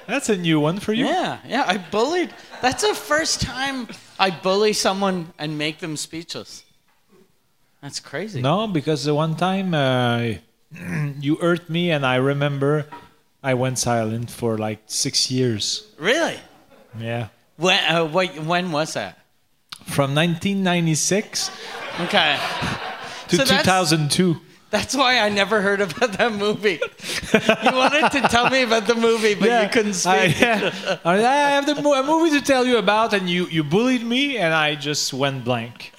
That's a new one for you.
yeah, I bullied. That's the first time I bully someone and make them speechless. That's crazy.
No, because the one time uh, you hurt me, and I remember I went silent for like six years.
Really?
Yeah,
When? Uh, wait, when was that?
from 1996
Okay.
to
So that's-
2002.
That's why I never heard about that movie. you wanted to tell me about the movie, but you couldn't speak.
I, yeah. I I have the mo- a movie to tell you about, and you, you bullied me, and I just went blank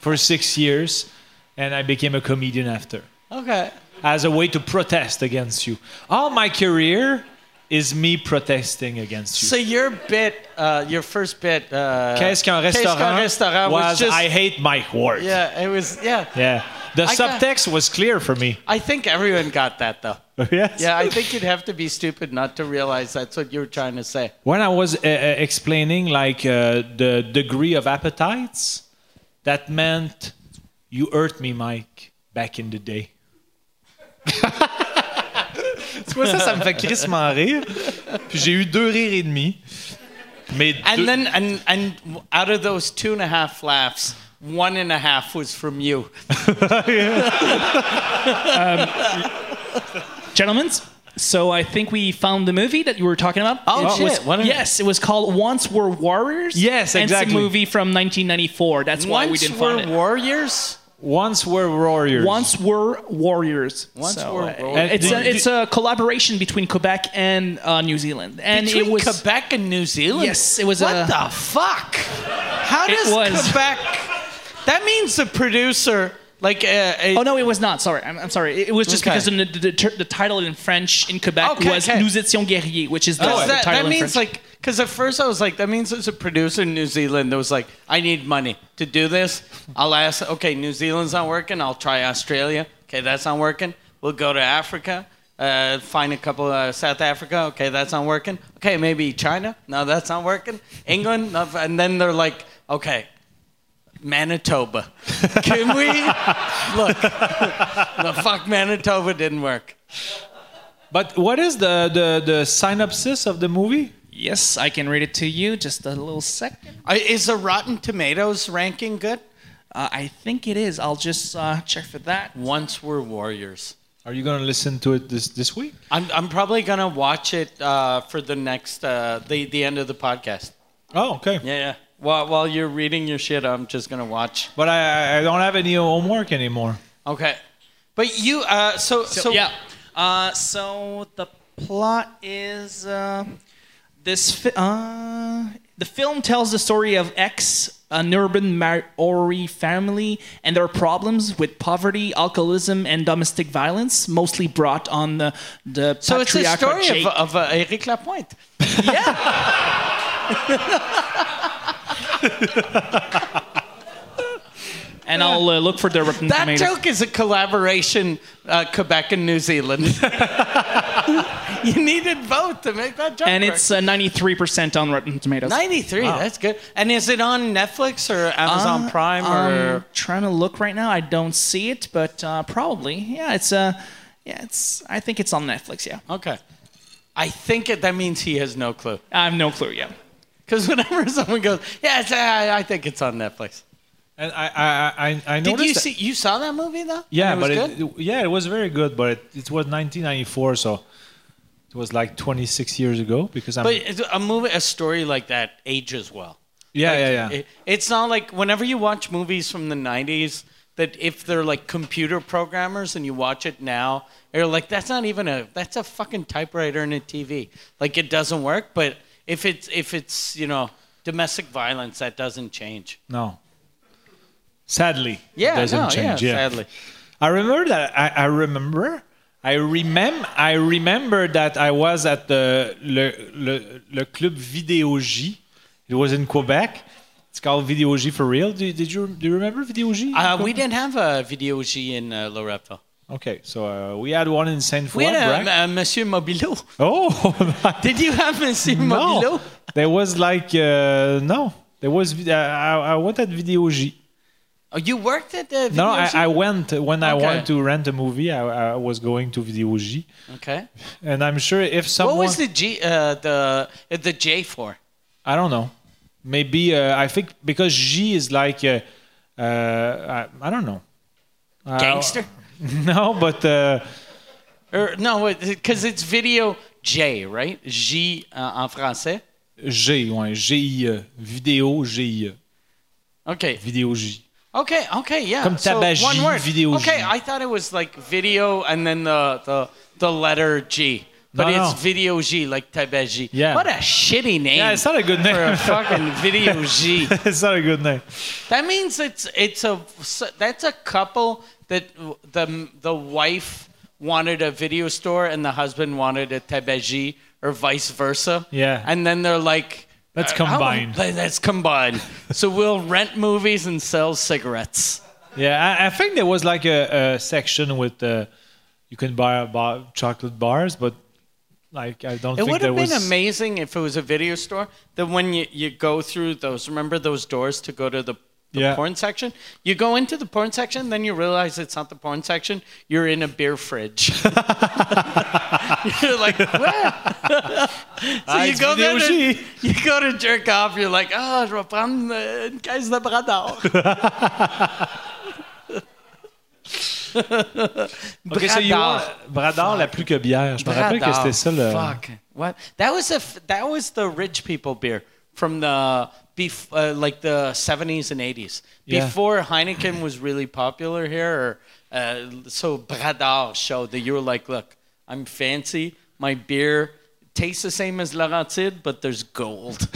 for six years, and I became a comedian after
Okay.
as a way to protest against you. All my career is me protesting against you.
So your bit, uh, your first bit, uh,
Qu'est-ce qu'un restaurant,
restaurant was,
was,
just.
I hate my work.
yeah, it was. Yeah.
Yeah. The
I got-
subtext was clear for me.
I think everyone got that though.
yes.
Yeah, I think you'd have to be stupid not to realize that's what you were trying to say.
when I was uh, uh, explaining like uh, the degree of appetites, that meant you hurt me, Mike, back in the day. tu vois ça, ça me fait crissement rire. Puis j'ai eu deux rires et demi. Mais deux-
And then, and and out of those two and a half laughs, one and a half was from you.
Gentlemen, so I think we found the movie that you were talking about.
Oh,
It
shit.
was-
What is it?
yes, it was called Once Were Warriors.
Yes,
It's
exactly.
a movie from 1994. That's why we
Once
didn't
were
find it.
warriors.
once we're warriors.
Once were warriors.
Once
So,
were
uh,
warriors.
It's
And
a,
did-
it's a collaboration between Quebec and uh, New Zealand, and
Between
it was
Quebec and New Zealand.
Yes, it was uh,
What
a-
the fuck? How
It
does
was-
Quebec? That means the producer, like, uh, uh,
Oh no, it was not. Sorry, I'm, I'm sorry. It it was just
Okay.
because of the, the, the, the title in French in Quebec
Okay,
was
okay.
"Nous étions guerriers," which is the,
does
Oh, the
that,
title
that
in
means
French.
like, because at first I was like, that means there's a producer in New Zealand that was like, I need money to do this. I'll ask. Okay, New Zealand's not working. I'll try Australia. Okay, that's not working. We'll go to Africa. Uh, find a couple uh, South Africa. Okay, that's not working. Okay, maybe China. No, that's not working. England. No, and then they're like, okay, Manitoba. Can we look? The fuck Manitoba didn't work.
But what is the, the, the synopsis of the movie?
yes, I can read it to you. Just a little second.
I- Is the Rotten Tomatoes ranking good?
Uh, I think it is. I'll just uh, check for that.
Once we're warriors.
Are you going to listen to it this, this week?
I'm I'm probably gonna watch it uh, for the next uh, the the end of the podcast.
Oh, okay.
Yeah, yeah. While, while you're reading your shit, I'm just gonna watch.
But I, I don't have any homework anymore.
Okay, but you. Uh, so, so
So, yeah. Uh, so the plot is uh, this. Fi- uh, the film tells the story of ex an urban Maori family and their problems with poverty, alcoholism, and domestic violence, mostly brought on the the
So it's a
patriarchal
story
Jake.
of, of uh, Eric Lapointe.
and I'll uh, look for the Rotten
That
Tomatoes.
joke is a collaboration, uh, Quebec and New Zealand. you needed both to make that joke.
and
work.
it's uh, 93% on Rotten Tomatoes.
93. That's good. And is it on Netflix or Amazon
Uh,
Prime or?
I'm trying to look right now. I don't see it, but uh, probably. Yeah, it's uh, yeah, it's. I think it's on Netflix. Yeah,
Okay. I think it, that means he has no clue.
I have no clue. Yeah,
Because whenever someone goes, yeah, it's, uh, I think it's on Netflix.
And I, I, I, I
Did
noticed.
you
that-
see? You saw that movie though?
Yeah,
And
but
it was
it,
good?
it- yeah, it was very good. But it, it was 1994, so it was like 26 years ago. Because I'm
but it's- a movie, a story like that ages well.
yeah,
Like,
yeah, yeah.
it- it's not like whenever you watch movies from the '90s that if they're like computer programmers and you watch it now, you're like, that's not even a that's a fucking typewriter and a TV. Like it doesn't work. But if it's if it's you know domestic violence, that doesn't change.
no. Sadly, it
Yeah,
doesn't
no,
change.
yeah,
yeah.
sadly.
I remember that. I, I remember. I remember. I remember that I was at the le, le, le club Vidéo J. It was in Quebec. It's called Vidéo J for real. Did, did you do you remember Vidéo J?
Uh, we didn't have a video G in uh, Loreto.
okay, so uh, we had one in Saint
We
Foy,
had
right?
a, a Monsieur Mobilo.
oh,
Did you have Monsieur
no.
Mobilo?
There was like uh, no. There was uh, I, I went at Vidéo J.
Oh, you worked at the video
No, I,
G?
I went when I
Okay.
wanted to rent a movie. I, I was going to Vidéo J,
Okay.
and I'm sure if someone
What was the G uh, the uh, the J for?
I don't know. Maybe uh, I think because G is like uh, uh, I, I don't know. Uh,
Gangster?
no, but uh,
or no, because it's video J, right? J uh, en français.
G, ouais, E. GIE, vidéo GIE,
Okay.
vidéo E. J.
Okay. Okay. Yeah.
Comme
so
tabagie,
one word.
vidéo G.
okay. I thought it was like video and then the the, the letter G. But
No,
it's
no.
video G, like tabagie.
Yeah.
What a shitty name.
Yeah, it's not a good
for
name.
a fucking video G.
it's not a good name.
That means it's it's a that's a couple that w- the the wife wanted a video store and the husband wanted a tabagie or vice versa.
Yeah.
And then they're like,
Let's
"Uh, how about-
combine."
let- Let's combine. so we'll rent movies and sell cigarettes.
Yeah, I, I think there was like a, a section with uh, you can buy, buy chocolate bars, but like I don't
It
think
would
there
have been
was.
amazing if it was a video store. That when you, you go through those, remember those doors to go to the, the
Yeah.
porn section? You go into the porn section, then you realize it's not the porn section. You're in a beer fridge. you're like, where? so you
it's
go, there to,
VDOG.
you go to jerk off. You're like, oh, je vais prendre euh, une caisse de bradard.
Okay, so you
Bradard.
want- Bradard, la plus que bière. Je me rappelle que
Radar.
c'était ça le.
Fuck. What? That was a f- that was the rich people beer from the bef- uh, like the 70s and 80s.
Yeah.
Before Heineken was really popular here or, uh, so Bradard showed that you were like, look, I'm fancy. My beer tastes the same as Laurentide, but there's gold.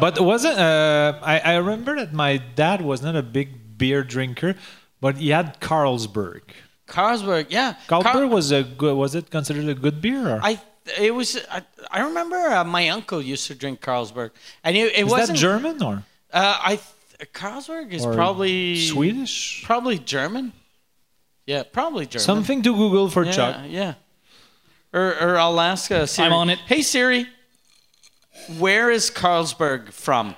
But wasn't uh, I, I remember that my dad was not a big beer drinker, but he had Carlsberg.
Carlsberg, yeah.
Carlsberg
Carl-
was a good, was it considered a good beer? Or?
I it was I, I remember uh, my uncle used to drink Carlsberg. And it, it
Is that
wasn't
German or,
uh, I th- Carlsberg is
or
probably
Swedish?
Probably German. Yeah, probably German.
Something to Google for
yeah,
Chuck.
Yeah. Or, or I'll ask uh, Siri.
I'm on it.
Hey Siri, where is Carlsberg from?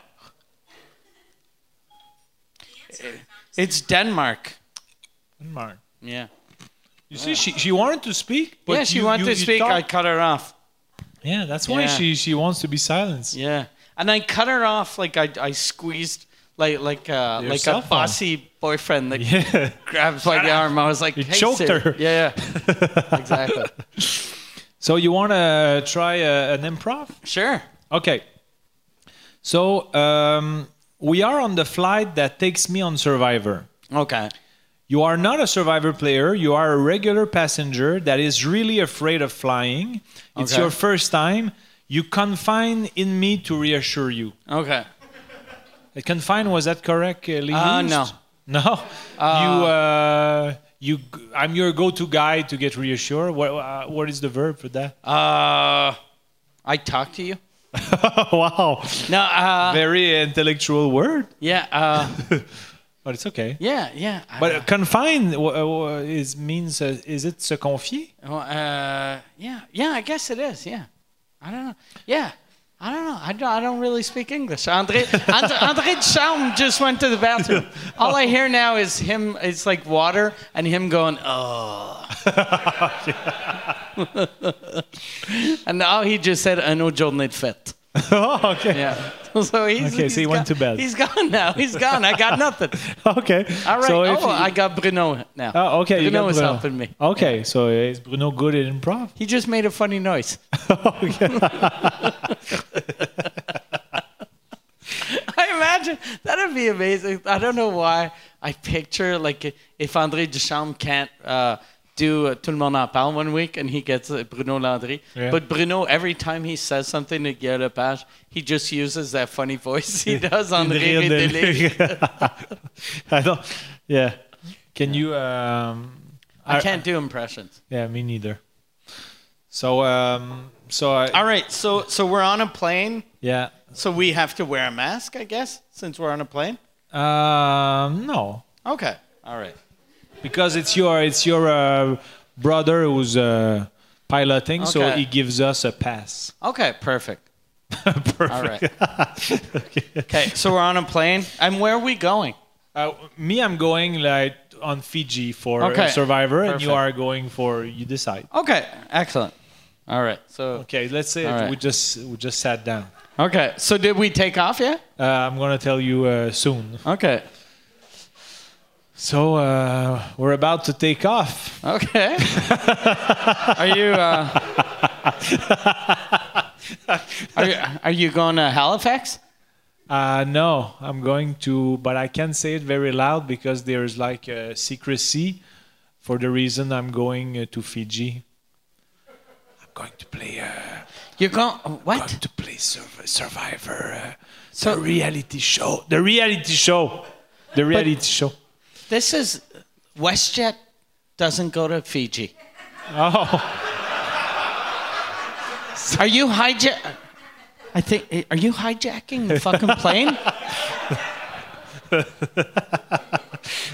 It's Denmark.
Denmark.
Yeah.
You see, she, she wanted to speak, but
yeah, she
you-
wanted
you-
to
you
speak.
talk-
I cut her off.
Yeah, that's why
Yeah.
she she wants to be silenced.
Yeah, and I cut her off like I, I squeezed like like uh,
Your
like
cell
a
phone.
bossy boyfriend that
Yeah.
grabs by the arm. I was like,
You
hey,
choked
Siri.
her.
Yeah, yeah, exactly.
So you want to try uh, an improv?
Sure.
Okay. So um, we are on the flight that takes me on Survivor.
Okay.
You are not a survivor player. You are a regular passenger that is really afraid of flying. It's
Okay.
your first time. You confine in me to reassure you.
Okay.
Uh, Confine was that correctly
Uh,
used?
no.
No. you. Uh, you. g- I'm your go-to guy to get reassured. What? Uh, what is the verb for that?
Uh, I talk to you.
wow.
No. Uh,
Very intellectual word,
yeah. Uh,
but it's okay.
yeah. Yeah. I-
But uh, confine w- uh, w- is means uh, is it se confier?
Well, uh, yeah, yeah, I guess it is. Yeah, I don't know. Yeah, I don't know. I don't, I don't really speak English. Andre Andre, Andre Schaum just went to the bathroom. All I hear now is him. It's like water and him going, oh. and all he just said, "I know John need fit."
oh, okay.
Yeah. So he's,
Okay, so
he's
he went
gone-
to bed.
He's gone now. He's gone. I got nothing.
Okay.
All right.
So
oh,
if you-
I got Bruno now.
Oh, okay.
Bruno
you got
is
Bruno.
helping me.
Okay, so is Bruno good at improv?
He just made a funny noise. Oh, I imagine that'd be amazing. I don't know why. I picture like if Andre Duchamp can't uh, do uh, Tout le monde en parle one week and he gets uh, Bruno Landry,
Yeah.
but Bruno every time he says something to Guy Lepage, he just uses that funny voice he does on the
Rire de
Délire.
Lille. I don't. Yeah. Can you? Um,
I can't do impressions.
Yeah, me neither. So um, so I
All right, so so we're on a plane,
yeah.
so we have to wear a mask, I guess, since we're on a plane.
Um, no,
Okay. All right.
because it's your it's your uh, brother who's uh, piloting, so
Okay.
he gives us a pass.
Okay, perfect.
Perfect.
All right.
okay.
Okay, so we're on a plane. And where are we going?
Uh, me, I'm going like on Fiji for
Okay.
Survivor, and you
Perfect.
are going for you decide.
Okay, excellent. All right. So
Okay, let's say
All right.
we just we just sat down.
Okay, so did we take off yet?
Uh, I'm gonna tell you uh, soon.
Okay.
So uh, we're about to take off.
Okay. are you uh Are you, are you going to Halifax?
Uh, no, I'm going to, but I can't say it very loud because there's like a secrecy for the reason I'm going uh, to Fiji. I'm going to play. Uh,
You're going
going
What?
to play Surv- Survivor. Uh,
So-
the reality show. The reality show. The reality show.
This is WestJet doesn't go to Fiji.
Oh,
Are you hijack I think are you hijacking the fucking plane?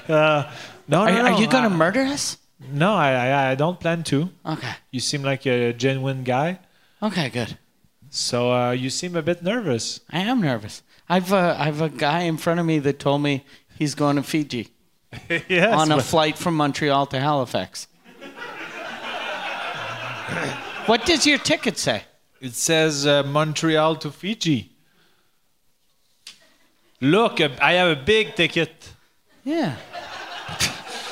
no,
Are,
no, no.
are you going to
I-
murder us?
No, I, I, I don't plan to.
Okay.
You seem like a genuine guy.
Okay, good.
So uh, you seem a bit nervous.
I am nervous. I've uh, I've a guy in front of me that told me he's going to Fiji
yes.
on a
but-
flight from Montreal to Halifax. what does your ticket say?
It says uh, Montreal to Fiji. Look, uh, I have a big ticket.
Yeah.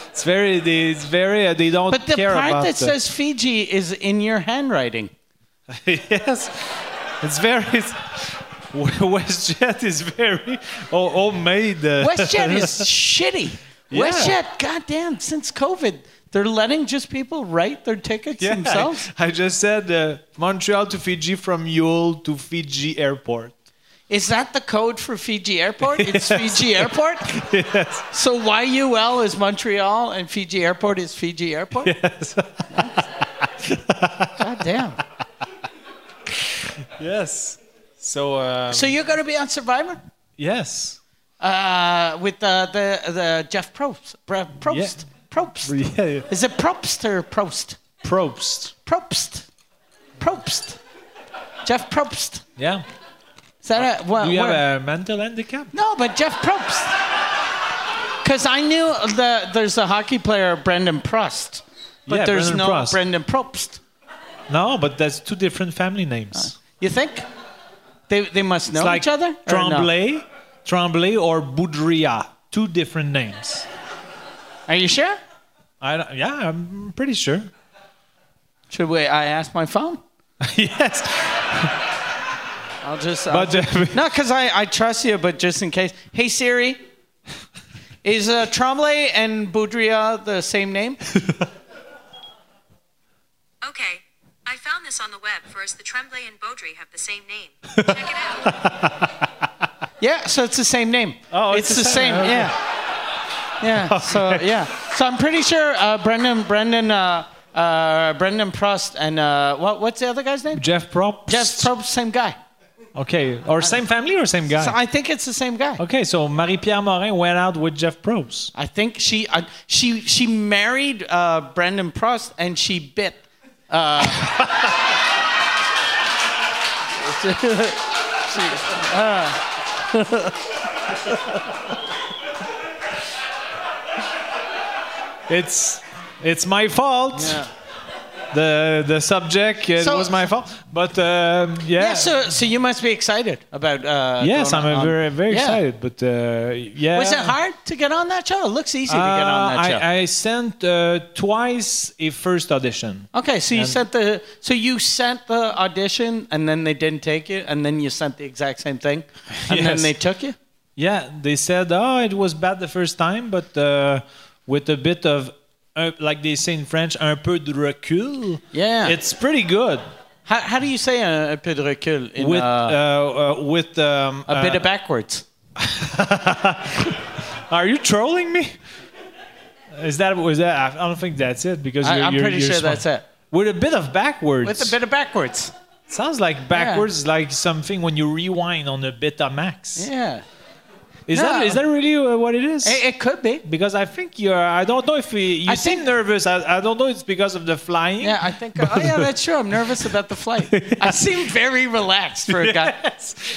It's very, they- it's very. Uh, they don't
But the
care
part
about
that
the-
says Fiji is in your handwriting.
yes, it's very. It's, WestJet is very oh, homemade. Uh,
WestJet is shitty.
Yeah.
WestJet, goddamn, since COVID, they're letting just people write their tickets
Yeah, I-
themselves.
I, just said uh, Montreal to Fiji from Yule to Fiji Airport.
Is that the code for Fiji Airport? It's Fiji Airport?
Yes.
So YUL is Montreal and Fiji Airport is Fiji Airport?
Yes.
God damn.
yes. So, um,
So you're going to be on Survivor?
yes.
Uh, with uh, the, the Jeff Probst. Bra- Probst. Probst.
Yeah, yeah.
Is it Probst or Prost?
Probst.
Probst. Probst. Jeff Probst.
Yeah.
Is that a, what,
Uh, Do you
where-
have a mental handicap?
No, but Jeff Probst. Because I knew the, there's a hockey player, Brendan Prost. But
Yeah,
there's
Brendan
no
Prost.
Brendan Probst.
No, but that's two different family names.
You think? They, they must Uh, know
it's like
each other? or no?
Tremblay, Tremblay or Boudria. Two different names.
Are you sure?
I don't- yeah, I'm pretty sure.
Should we? I ask my phone.
yes.
I'll just. I'll
But,
ju-
uh,
no, because I, I trust you, but just in case. Hey Siri, is uh, Tremblay and Boudria the same name?
Okay. I found this on the web for as the Tremblay and Beaudry have the same name. Check it out.
Yeah, so it's the same name.
Oh,
it's, the same. Yeah, yeah. So yeah, so I'm pretty sure uh, Brendan, Brendan, uh, uh, Brendan Prost, and uh, what, what's the other guy's name?
Jeff Prop.
Jeff Probst, same guy.
Okay, or same family or same guy?
So I think it's the same guy.
okay, so Marie-Pierre Morin went out with Jeff Probst.
I think she I, she she married uh, Brendan Prost and she bit. Uh, she- uh.
It's it's my fault.
Yeah.
The the subject it
So-
was my fault. But um, yeah.
Yeah, so so you must be excited about. Uh,
yes,
going
I'm uh,
on-
very very
Yeah.
excited. But uh, yeah.
Was it hard to get on that show? It looks easy to get on
Uh,
that show.
I, I sent uh, twice a first audition.
okay, so you sent the so you sent the audition and then they didn't take you and then you sent the exact same thing and then
Yes.
they took you.
Yeah, they said, oh, it was bad the first time, but uh, with a bit of, uh, like they say in French, un peu de recul.
Yeah.
It's pretty good.
How, how do you say a, a peu de recul in
With,
uh,
uh, uh, with um,
A bit
uh,
of backwards.
Are you trolling me? Is that was that? I don't think that's it because
I-
you're,
I'm
you're-
pretty
you're
sure
smart.
that's it.
With a bit of backwards.
With a bit of backwards.
Sounds like backwards, is like something when you rewind on a beta max.
Yeah.
Is
No.
that is that really uh, what it is?
It, it could be.
because I think you're. I don't know if you, you
I
seem
think-
nervous. I, I don't know. It's because of the flying.
Yeah, I think. Oh, yeah, that's true. I'm nervous about the flight. I seem very relaxed for a guy.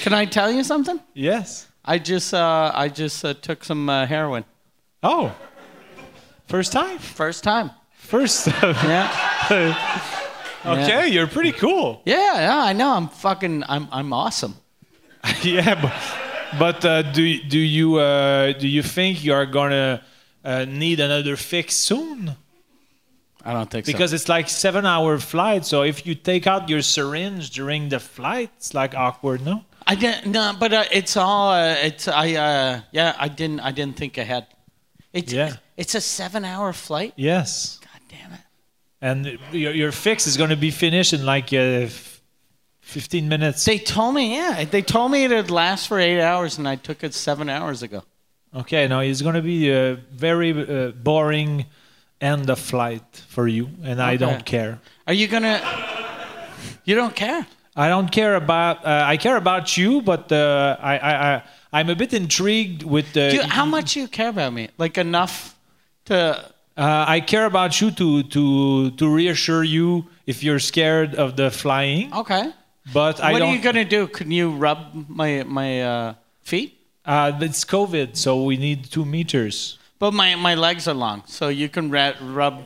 Can I tell you something?
Yes.
I just, uh, I just uh, took some uh, heroin.
Oh. First time.
First time.
First. okay,
Yeah.
you're pretty cool.
Yeah. Yeah. I know. I'm fucking. I'm. I'm awesome.
yeah, but, but uh, do do you uh, do you think you are gonna uh, need another fix soon?
I don't think
Because it's like seven hour flight. So if you take out your syringe during the flight, it's like awkward, no?
so. I didn't. No, but uh, it's all. Uh, it's. I. Uh, yeah. I didn't. I didn't think ahead. It's.
Yeah.
It's a seven-hour flight.
Yes.
God damn it.
And your your fix is gonna be finished in like uh, f- fifteen minutes.
They told me, yeah. They told me it'd last for eight hours, and I took it seven hours ago.
Okay, now it's going to be a very uh, boring end of flight for you, and I
Okay.
don't care.
Are you gonna? You don't care.
I don't care about. Uh, I care about you, but uh, I, I, I, I'm a bit intrigued with. Uh,
Do you, how much do you care about me? Like enough to?
uh, I care about you to to to reassure you if you're scared of the flying.
Okay.
But I
what
don't.
are you gonna do? Can you rub my my uh, feet?
uh, it's COVID, so we need two meters.
But my my legs are long, so you can ra- rub,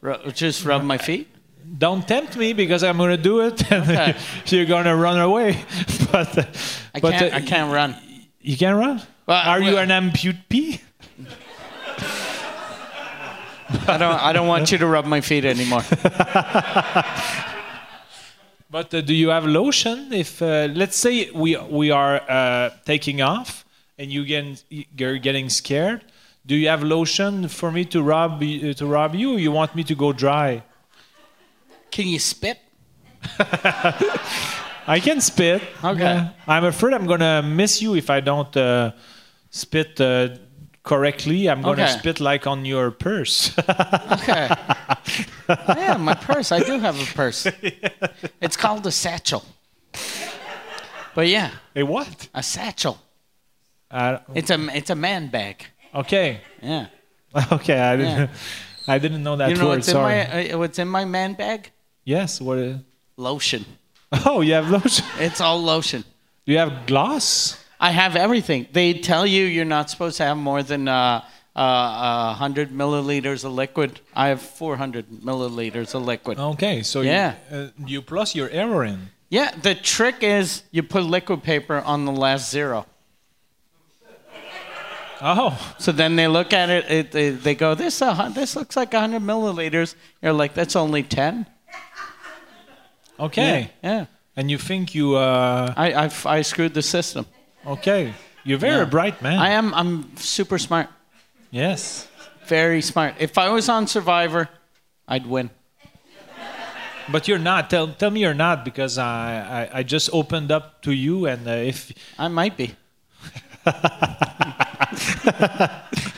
rub, just rub my feet.
Don't tempt me because I'm gonna do it, and
Okay.
you're gonna run away. but uh,
I
but
can't.
uh,
I can't run.
You can run.
Well,
Are you an
well-
amputee?
I don't. I don't want you to rub my feet anymore.
But uh, do you have lotion? If uh, let's say we we are uh, taking off and you get you're getting scared, do you have lotion for me to rub y- uh, to rub you? Or you want me to go dry?
Can you spit?
I can spit.
Okay.
Yeah. I'm afraid I'm gonna miss you if I don't uh, spit. Uh, correctly i'm gonna
Okay.
spit like on your purse
Okay. yeah, my purse. I do have a purse. It's called a satchel. But yeah,
hey what
a satchel.
uh,
It's a it's a man bag.
okay
Yeah.
okay i didn't
Yeah.
i didn't know that
You know
word
what's in
sorry
my uh, what's in my man bag?
yes what is-
Lotion.
Oh, you have lotion.
It's all lotion.
Do you have gloss?
I have everything. They tell you you're not supposed to have more than uh, uh, uh, 100 milliliters of liquid. I have 400 milliliters of liquid.
Okay, so
Yeah.
you, uh, you plus your heroin.
Yeah, the trick is you put liquid paper on the last zero.
Oh,
So then they look at it, it they, they go, this, uh, this looks like 100 milliliters. You're like, that's only 10?
okay.
Yeah.
and you think you uh
I, I, I screwed the system.
okay. You're very bright man.
I am. I'm super smart.
yes.
Very smart. If I was on Survivor, I'd win.
But you're not. Tell, tell me you're not because I, I, I just opened up to you and uh, if
I might be.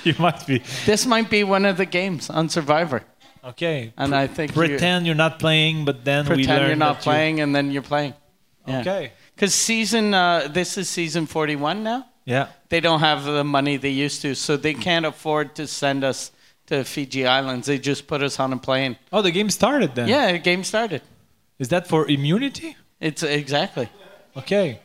you might be
This might be one of the games on Survivor,
okay.
and I think you-
pretend you're not playing, but then we
pretend
learn
you're not
that you-
playing, and then you're playing. Yeah.
Okay.
Because season, uh, this is season 41 now.
Yeah.
They don't have the money they used to, so
Mm.
they can't afford to send us to Fiji Islands. They just put us on a plane.
Oh, the game started then.
Yeah, the game started.
Is that for immunity?
It's exactly.
Okay.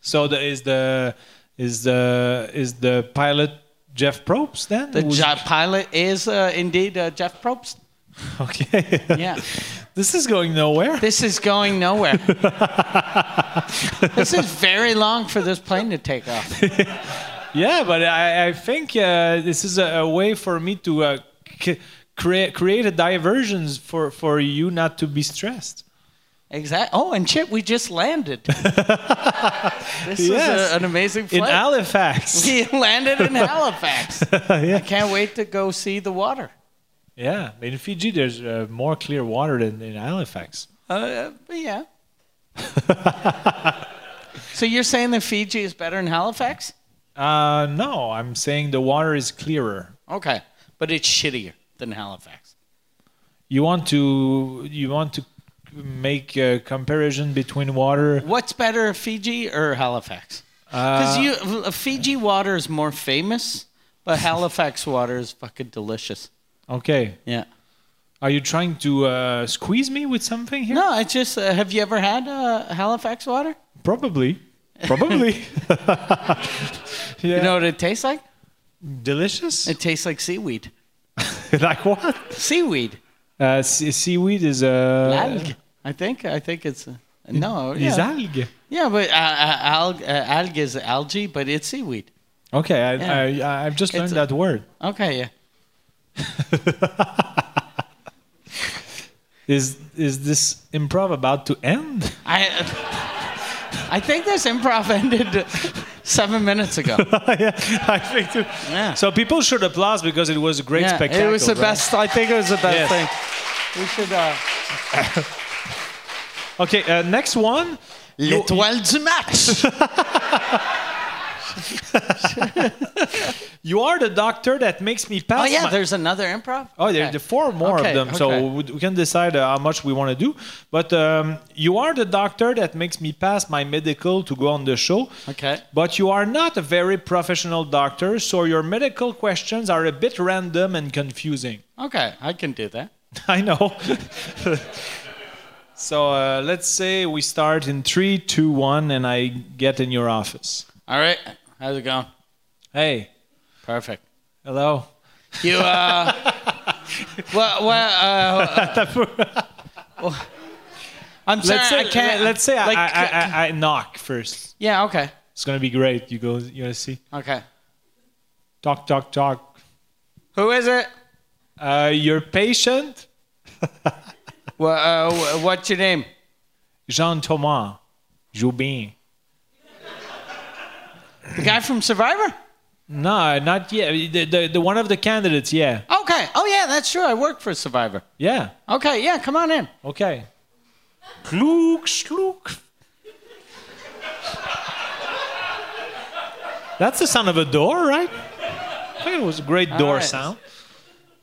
So the, is the is the is the pilot Jeff Probst then?
The
Who's-
job pilot is uh, indeed uh, Jeff Probst.
Okay.
Yeah.
this is going nowhere.
This is going nowhere. this is very long for this plane to take off.
Yeah, but I, I think uh, this is a, a way for me to uh, c- create create a diversions for for you not to be stressed.
Exact. Oh, and shit, we just landed. this is
Yes.
a, an amazing flight.
In Halifax.
we landed in Halifax. I
yeah.
can't wait to go see the water.
yeah. In Fiji, there's uh, more clear water than in Halifax.
Uh, but yeah. so you're saying that Fiji is better than Halifax?
Uh, no, I'm saying the water is clearer.
Okay, but it's shittier than Halifax.
You want to you want to make a comparison between water.
What's better, Fiji or Halifax? Because
Uh,
you uh, Fiji water is more famous, but Halifax water is fucking delicious.
okay.
Yeah.
Are you trying to uh, squeeze me with something here?
No, it's just. Uh, have you ever had uh, Halifax water?
Probably. Probably. yeah.
You know what it tastes like?
Delicious.
It tastes like seaweed.
like what?
Seaweed.
Uh, se- seaweed is uh,
alg. I think. I think it's. Uh, no.
Is
yeah.
algae.
Yeah, but uh, uh, alg, uh, alg is algae, but it's seaweed.
Okay, I,
Yeah.
I, I, I've just
It's
learned
a-
that word.
Okay, yeah.
Is is this improv about to end?
I I think this improv ended seven minutes ago.
yeah, I think too.
Yeah.
So people should applaud because it was a great
yeah,
spectacle.
it was the
right?
best. I think it was the best
Yes.
thing. We should. Uh,
Okay, uh, next one.
L'étoile du match.
You are the doctor that makes me pass.
oh yeah,
my-
there's another improv.
Oh, there,
Okay.
there are four more
Okay,
of them, so
okay.
we, we can decide uh, how much we want to do. But um, you are the doctor that makes me pass my medical to go on the show.
Okay.
But you are not a very professional doctor, so your medical questions are a bit random and confusing.
Okay, I can do that.
I know. so uh, let's say we start in three, two, one, and I get in your office.
All right, how's it going?
Hey,
Perfect.
hello.
You uh, what what uh. I'm sorry,
Let's say,
I can't.
Let's say I-
like,
I, I, I, I knock first.
yeah, okay,
It's gonna be great. You go. You gonna see.
okay.
Talk, talk, talk.
Who is it?
Uh, your patient,
Wha uh, wha- what's your name?
Jean Thomas Jobin.
The guy from Survivor?
No, not yet. The, the, the one of the candidates. Yeah,
Okay. Oh yeah, that's true. I work for Survivor.
yeah.
Okay, yeah, come on in.
Okay. Klug, schlug. That's the sound of a door, right? I think it was a great door
right.
sound.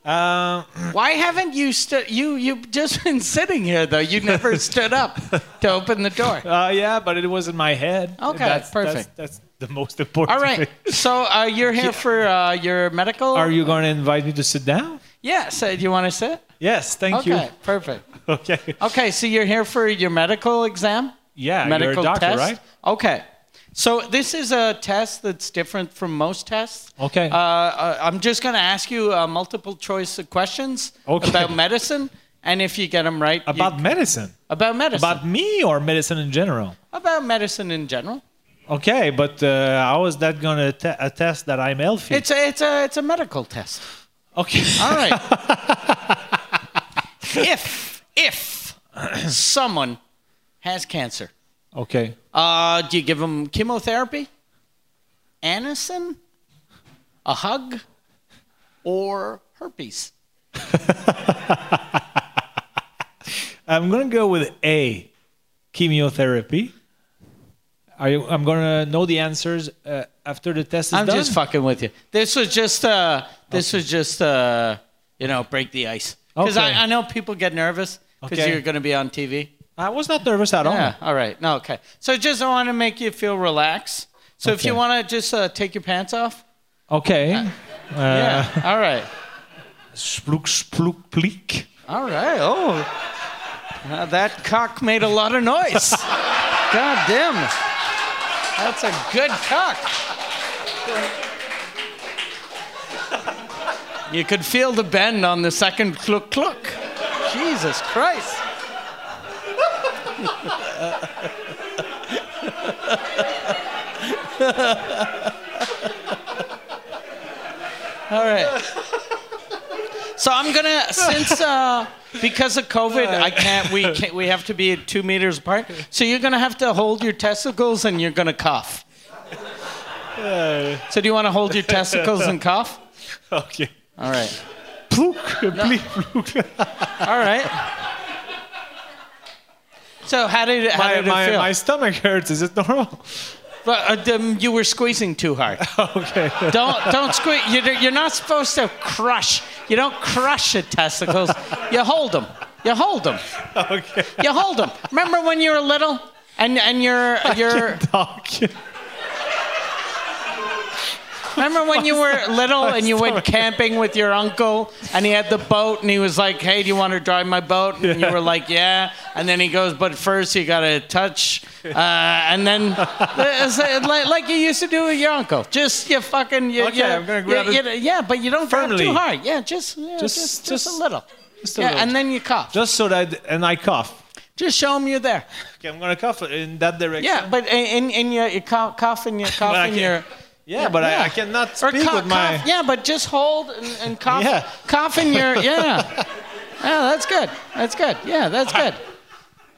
Uh,
Why haven't you stood? You you've just been sitting here though. You never stood up to open the door.
uh, yeah, but it was in my head.
Okay,
That's-
perfect.
That's, that's the most important.
All right.
thing.
So uh, you're here for uh, your medical.
Are you going to invite me to sit down?
Yeah. So do you want to sit?
Yes, thank
Okay. Perfect.
you. Okay.
Okay. So you're here for your medical exam.
Yeah,
medical
you're a doctor,
test.
right?
Okay. So this is a test that's different from most tests.
Okay.
Uh, uh, I'm just going to ask you uh, multiple choice of questions
Okay.
about medicine, and if you get them right, you-
About medicine.
about medicine,
About me or medicine in general?
about medicine in general.
Okay, but uh, how is that going to te- attest that I'm healthy?
It's a it's a it's a medical test.
okay.
All right. if if someone has cancer,
Okay.
Uh, do you give them chemotherapy, anison, a hug, or herpes?
I'm gonna go with A, chemotherapy. Are you, I'm gonna know the answers uh, after the test is
I'm
done.
just fucking with you. This was just uh, this was just uh, you know, break the ice because
Okay.
I, I know people get nervous because
Okay. Oh.
you're going to be on TV.
I was not nervous at all.
Yeah. All right. No. Okay. So just I want to make you feel relaxed. So if you
Okay.
want to just uh, take your pants off.
Okay.
Uh, Yeah.
Uh,
all right.
Sploek, sploek, pleek.
All right. Oh, Now that cock made a lot of noise. God damn. That's a good cock. You could feel the bend on the second cluck cluck. Jesus Christ. All right. So I'm gonna since uh, because of COVID, I can't. We can't, we have to be at two meters apart. So you're gonna have to hold your testicles and you're gonna cough. So do you want to hold your testicles and cough?
Okay.
All right.
Ploek, pleek, ploek.
All right. So how did how
My,
did it
my,
feel?
my stomach hurts. Is it normal?
But, uh, um, you were squeezing too hard.
Okay.
Don't don't squeeze. You're, you're not supposed to crush. You don't crush the testicles. You hold them. You hold them.
Okay.
You hold them. Remember when you were little and and your your
Dog.
remember when you were little and you went camping with your uncle and he had the boat and he was like, "Hey, do you want to drive my boat?" And you were like, "Yeah." And then he goes, "But first you got to touch." Uh, and then it's uh, like, like you used to do with your uncle. Just you fucking you,
Okay,
you-
I'm gonna grab
you-
it
you- Yeah, but you don't
firmly.
grab too hard. Yeah, just yeah, just,
Just-
just a
just-
little.
just a
yeah,
little.
and then you cough. Just,
Just so that, and I cough.
show him you're there.
Okay, I'm gonna cough in that direction.
Yeah, but in in your, your cough, cough in your cough
I
in
can't-
your
Yeah, but
Yeah.
I, I cannot
Or
speak
cough,
with my.
cough. Yeah, but just hold and, and cough.
Yeah.
Cough in your. Yeah. yeah, that's good. That's good. Yeah, that's good.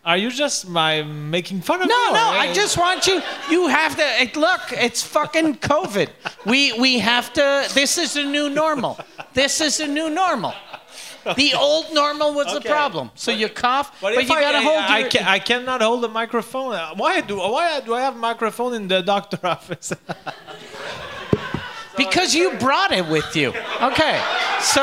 Are you just my making fun of me?
No,
or-
no, I just want you. You have to it, look. It's fucking COVID. We we have to. This is a new normal. This is a new normal. The old normal was the
Okay.
problem. So you cough, but,
But, if
you
I,
gotta hold
I,
your.
I, ca- I cannot hold the microphone. Uh, Why do why do I have microphone in the doctor office?
Because you brought it with you. Okay. So.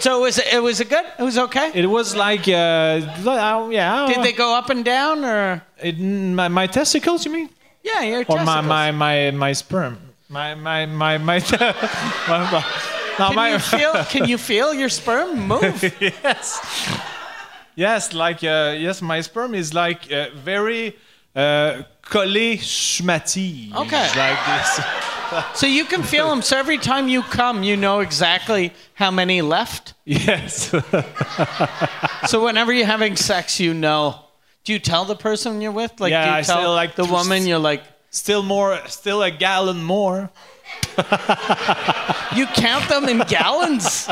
So it was it was a good it was okay.
it was like uh, li- uh, yeah.
Did they go up and down or
It, my, my testicles, you mean?
yeah your
Or
testicles?
my my my my sperm? My my my my. my, my no,
Can
my-
you feel can you feel your sperm move?
yes. Yes, like uh, yes, my sperm is like uh, very uh, collé schmatty.
Okay.
Like this.
so you can feel them. So every time you come, you know exactly how many left.
Yes.
So whenever you're having sex, you know. Do you tell the person you're with? Like do
Yeah,
you
I
tell
still like
the
to
woman
s-
you're like
still more. Still a gallon more.
You count them in gallons?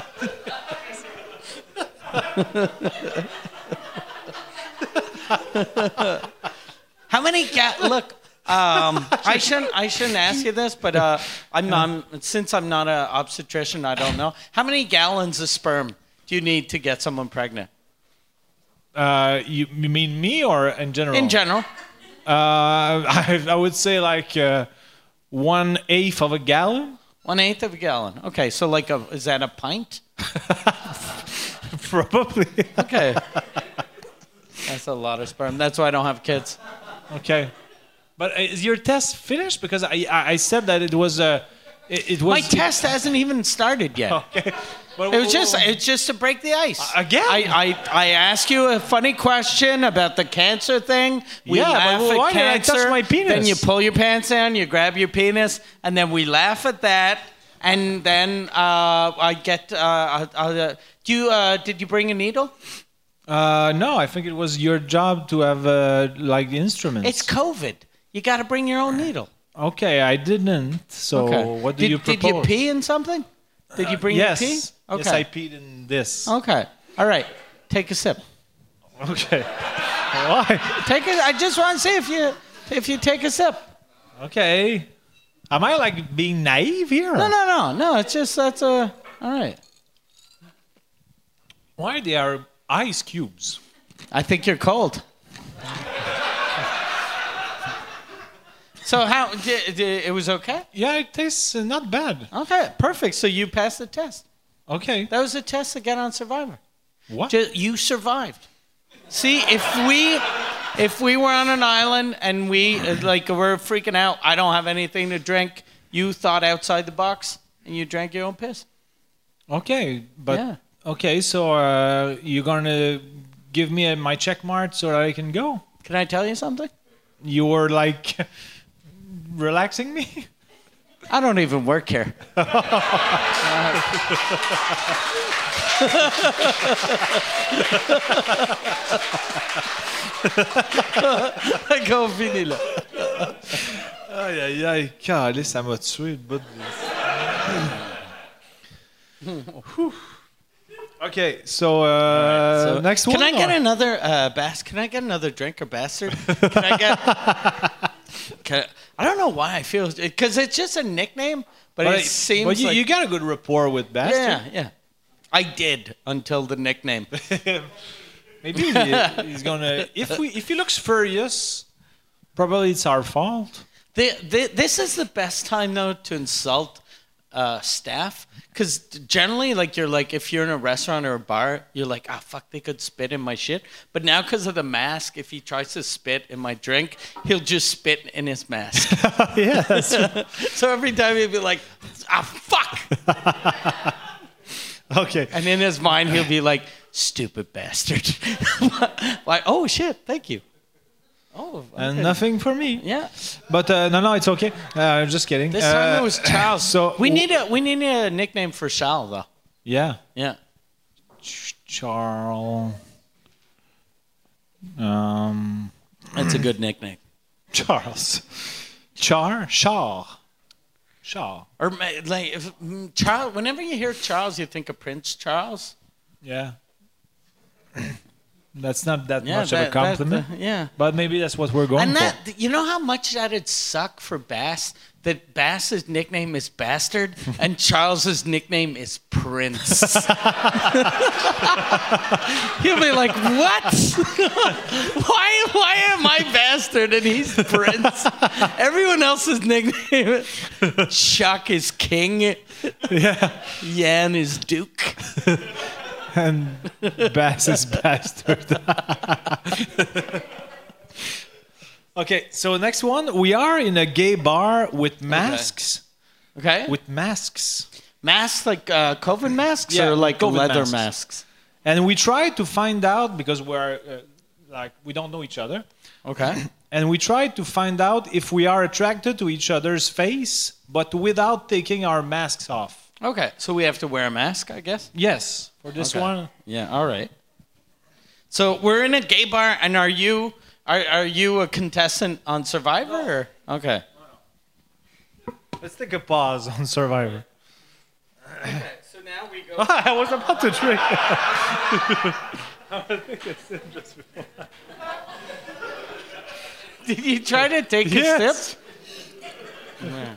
How many ga- look? Um, I shouldn't. I shouldn't ask you this, but uh, I'm, I'm since I'm not an obstetrician, I don't know. How many gallons of sperm do you need to get someone pregnant
Uh, you, you mean me or in general?
in general?
Uh, I, I would say like uh, one eighth of a gallon,
One eighth of a gallon. Okay, so like a is that a pint?
probably.
Okay, that's a lot of sperm. That's why I don't have kids.
okay. But uh, is your test finished? Because I I I said that it was Uh, it, it was
My test hasn't even started yet.
Okay. But
It was just
w-
it's just to break the ice.
Again?
I, I I ask you a funny question about the cancer thing. We
Yeah, but
laugh at
why did I
cancer.
touch my penis?
Then you pull your pants down, you grab your penis, and then we laugh at that. And then uh, I get. Uh, I, I, uh, do you uh, did you bring a needle?
uh, no, I think it was your job to have uh, like the instruments.
It's COVID. You got to bring your own needle.
okay, I didn't. So what do
did,
you
Did
propose? Uh,
you pee in something? Did you bring
yes.
your pee? Okay. Oh.
Yes, I peed in this.
Okay. All right, take a sip.
Okay. Why?
Take it. I just want to see if you if you take a sip.
Okay. Am I like being naive here?
No, no, no, no. It's just that's a. All right.
Why they are ice cubes?
I think you're cold. so how di di- it was okay?
Yeah, it tastes uh, not bad.
Okay, perfect. So you passed the test.
Okay.
That was the test again on Survivor.
What?
Ju- you survived. See, if we if we were on an island and we uh, like we're freaking out, I don't have anything to drink. You thought outside the box and you drank your own piss.
Okay, but
Yeah.
okay, so uh, you're gonna give me uh my check mark so I can go.
Can I tell you something?
You were like relaxing me.
I don't even work here. I go fini
Uh,
là.
Aïe aïe aïe, calé, ça m'a tué le bout Okay, so, uh,
So-
next
can
one.
I get
or-
another uh, bas? Can I get another drink or bastard? Can I get? Can- I don't know why I feel because it's just a nickname, but,
But,
it seems
but you,
like
you got a good rapport with
yeah,
Bastard.
yeah. I did until the nickname.
Maybe he- he's gonna. If we, if he looks furious, probably it's our fault.
The, the, this is the best time though to insult uh, staff because generally, like you're like if you're in a restaurant or a bar, you're like, ah, fuck, they could spit in my shit. But now because of the mask, if he tries to spit in my drink, he'll just spit in his mask.
yeah,
so every time he'd be like, ah, fuck,
okay.
and in his mind he'll be like, stupid bastard. like, oh shit, thank you. Oh,
And
okay.
nothing for me.
Yeah.
But uh, no, no, it's okay. Uh, just kidding.
This time
Uh,
it was Charles.
So
we need a we need a nickname for Shal though.
Yeah,
Yeah.
Ch- Charles. Um,
That's a good nickname.
Charles. Char. Char. Char.
Or ma- like if, mm, Charles. Whenever you hear Charles, you think of Prince Charles.
Yeah. that's not that
Yeah,
much of a
that- that-
compliment.
that- yeah.
But maybe that's what we're going
And
for.
that you know how much that'd suck for Bass that Bass's nickname is Bastard and Charles's nickname is Prince. You'll be like, what? why why am I Bastard and he's Prince? Everyone else's nickname Chuck is King,
yeah.
Yan is Duke.
And Bass is bastard. okay, so next one. We are in a gay bar with masks.
Okay.
With masks.
Masks like uh, COVID masks
Yeah,
or like
COVID
leather
masks.
masks.
and we try to find out because we're uh, like we don't know each other
Okay.
and we try to find out if we are attracted to each other's face but without taking our masks off
Okay. So we have to wear a mask, I guess.
yes for this
Okay.
one
Yeah. All right. So we're in a gay bar, and are you are are you a contestant on Survivor? Or? Okay.
let's take a pause on survivor
So now we go.
i was about to drink
Did you try to take a
Yes.
sip?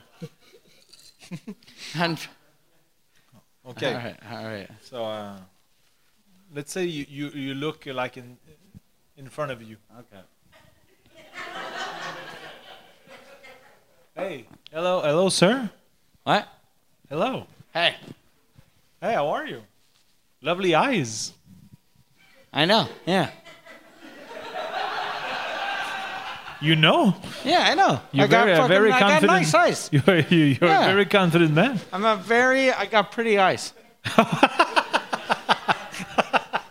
And-
okay
All right. All right.
so uh, let's say you, you, you look like in in front of you
Okay.
hey hello hello sir
What?
hello
Hey,
hey how are you lovely eyes
I know. Yeah.
you know
Yeah, I know.
You're
I got
very, a
fucking-
very
I
confident.
got nice eyes.
You're, you, you're
Yeah.
a very confident man.
I'm a very, I got pretty eyes.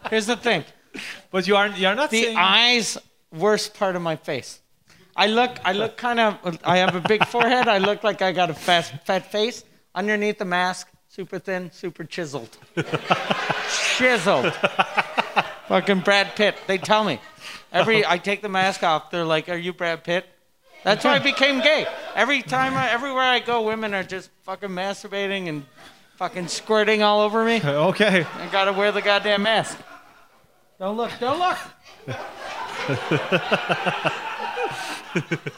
Here's the thing
But you aren't. You're not
the
saying.
eyes, worst part of my face. I look, I look kind of, I have a big forehead. I look like I got a fat, fat face. Underneath the mask, super thin, super chiseled. chiseled. Fucking Brad Pitt. They tell me. Every I take the mask off, they're like, "Are you Brad Pitt?" That's why I became gay. Every time, I, everywhere I go, women are just fucking masturbating and fucking squirting all over me.
okay.
I gotta wear the goddamn mask. Don't look. Don't look.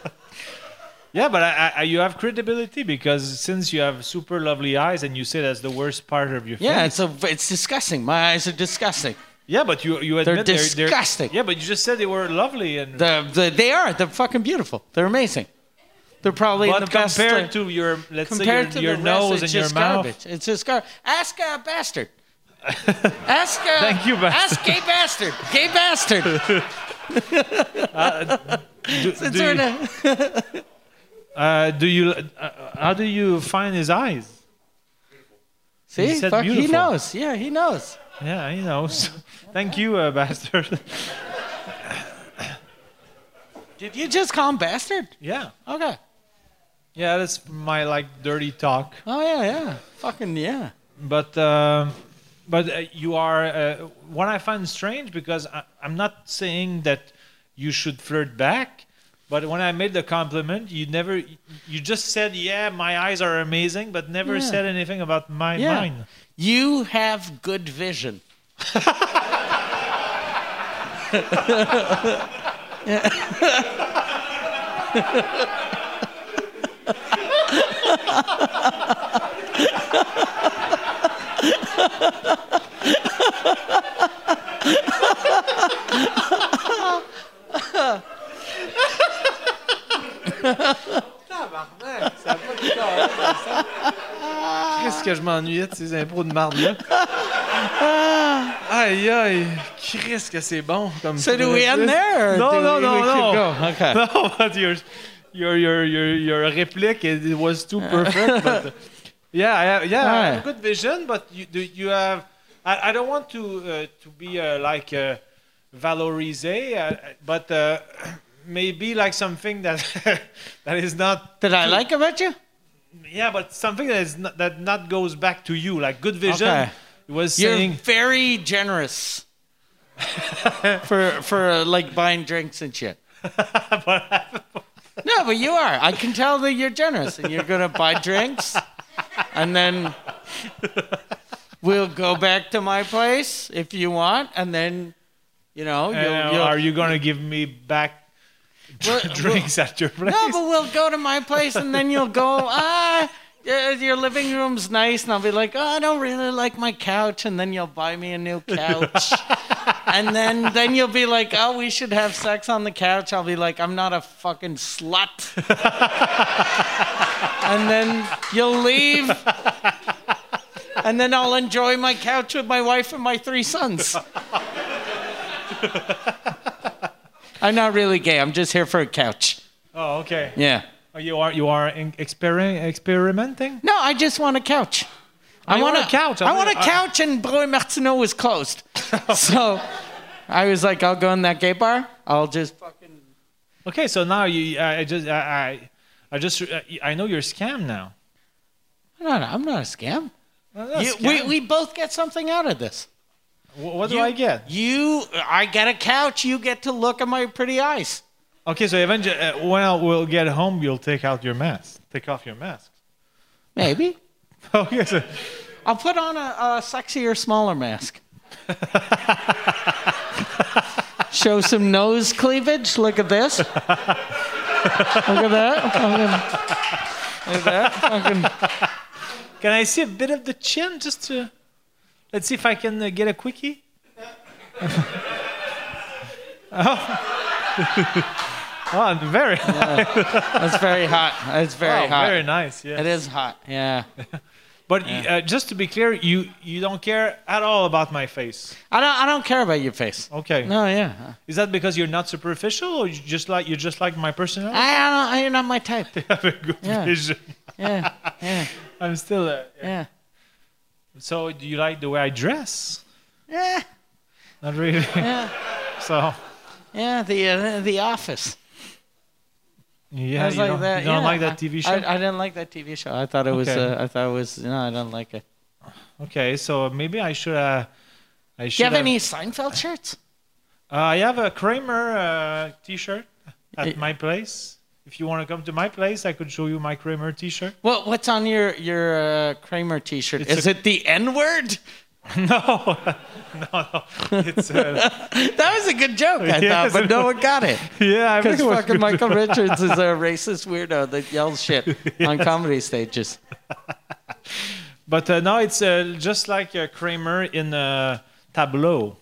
Yeah, but I, I, you have credibility because since you have super lovely eyes and you say that's the worst part of your
Yeah,
face.
it's a, it's disgusting. My eyes are disgusting.
Yeah, but you you admit
disgusting.
yeah, but you just said they were lovely and
The, the, they are. They're fucking beautiful. They're amazing. They're probably
but
the best.
compared
like,
to your let's say your,
compared to
your
the
nose
rest, it's
and your
just
mouth.
garbage. It's just garbage. Ask a bastard. ask a,
Thank you, bastard.
Ask gay bastard. Gay bastard.
Do,
It's
do
sort
you,
of-
uh, do you uh, how do you find his eyes?
See,
said
fuck, he
beautiful.
knows. Yeah, he knows.
Yeah, he knows. Thank you, uh, bastard.
Did you just call him bastard?
yeah,
Okay.
yeah, that's my like dirty talk.
Oh yeah, yeah. Fucking yeah.
but um but uh, you are uh, what I find strange because I, I'm not saying that you should flirt back, but when I made the compliment, you never you just said yeah my eyes are amazing, but never
Yeah.
said anything about my
Yeah.
mine.
You have good vision.
Qu'est-ce que je m'ennuyais de ces impros de marde-là? Aïe, aïe. Christ, que c'est bon comme
So do we end there? or
No,
do
no,
we,
no,
we
no.
Keep going? Okay.
no, but your your your your your replic it, it was too perfect. but uh, yeah, I have, yeah, I have
Yeah.
good vision, but you do you have. I, I don't want to uh, to be uh, like uh, valorize, uh, but uh, maybe like something that that is not.
Did I like about you?
Yeah, but something that is not, that not goes back to you. Like good vision
Okay.
was
You're
saying.
very generous. for for uh, like buying drinks and shit. no, but you are. I can tell that you're generous and you're gonna buy drinks, and then we'll go back to my place if you want, and then you know
uh,
you'll, you'll
are you gonna give me back
Well,
drinks at your place?
No, but we'll go to my place and then you'll go, ah, uh, your living room's nice. And I'll be like, oh, I don't really like my couch. And then you'll buy me a new couch. and then, then you'll be like, oh, we should have sex on the couch. I'll be like, I'm not a fucking slut. and then you'll leave. And then I'll enjoy my couch with my wife and my three sons. I'm not really gay. I'm just here for a couch.
Oh, okay.
Yeah.
Oh, You are you are in exper- experimenting.
No, I just want a couch. I
you
want,
want a couch.
I
I'm
want a
gonna- I-
couch, and Bruy Martineau was closed. so I was like, I'll go in that gay bar. I'll just fucking.
Okay, so now you I I just I I, I just uh, I- I know you're scam now.
No, no, I'm not a scam.
Well, that's
You- we,
scam.
we both get something out of this.
Wh- what do I get?
You, I get a couch. You get to look at my pretty eyes.
Okay, so eventually uh, when I will get home, you'll take out your mask. Take off your mask.
Maybe.
Okay, so
I'll put on a, a sexier, smaller mask. Show some nose cleavage. Look at this. Look at that. Fucking- Look at that. Fucking-
can I see a bit of the chin just to let's see if I can uh, get a quickie. oh. oh, very
That's very hot. That's very
oh,
hot.
very nice. Yeah.
It is hot. Yeah.
But uh, just to be clear, you you don't care at all about my face.
I don't. I don't care about your face.
Okay.
No. Yeah.
Is that because you're not superficial, or you just like you just like my personality?
I, I don't. You're not my type.
have a good
Yeah.
vision.
Yeah. Yeah.
I'm still. Uh,
Yeah.
so do you like the way I dress?
Yeah.
Not really.
Yeah.
So
Yeah. The uh, the Office.
yeah,
I was
you,
like
don't,
that.
you don't
yeah.
like that TV show.
I, I didn't like that TV show. I thought it was.
Okay.
Uh, I thought it was. No, I don't like it.
okay, so maybe I should. Uh, I should.
Do you have
have-
any Seinfeld shirts?
Uh, I have a Kramer uh, T-shirt at
Eh.
my place. If you want to come to my place, I could show you my Kramer T-shirt.
What What's on your your uh, Kramer T-shirt?
It's
Is
a-
it the N word?
No, no, no. It's, uh,
That was a good joke, I
Yes,
thought, but
it
no one got it.
yeah, I
Because
think it was
fucking
good.
Michael Richards is a racist weirdo that yells shit on comedy stages.
But uh, no, it's uh, just like uh, Kramer in uh, Tableau.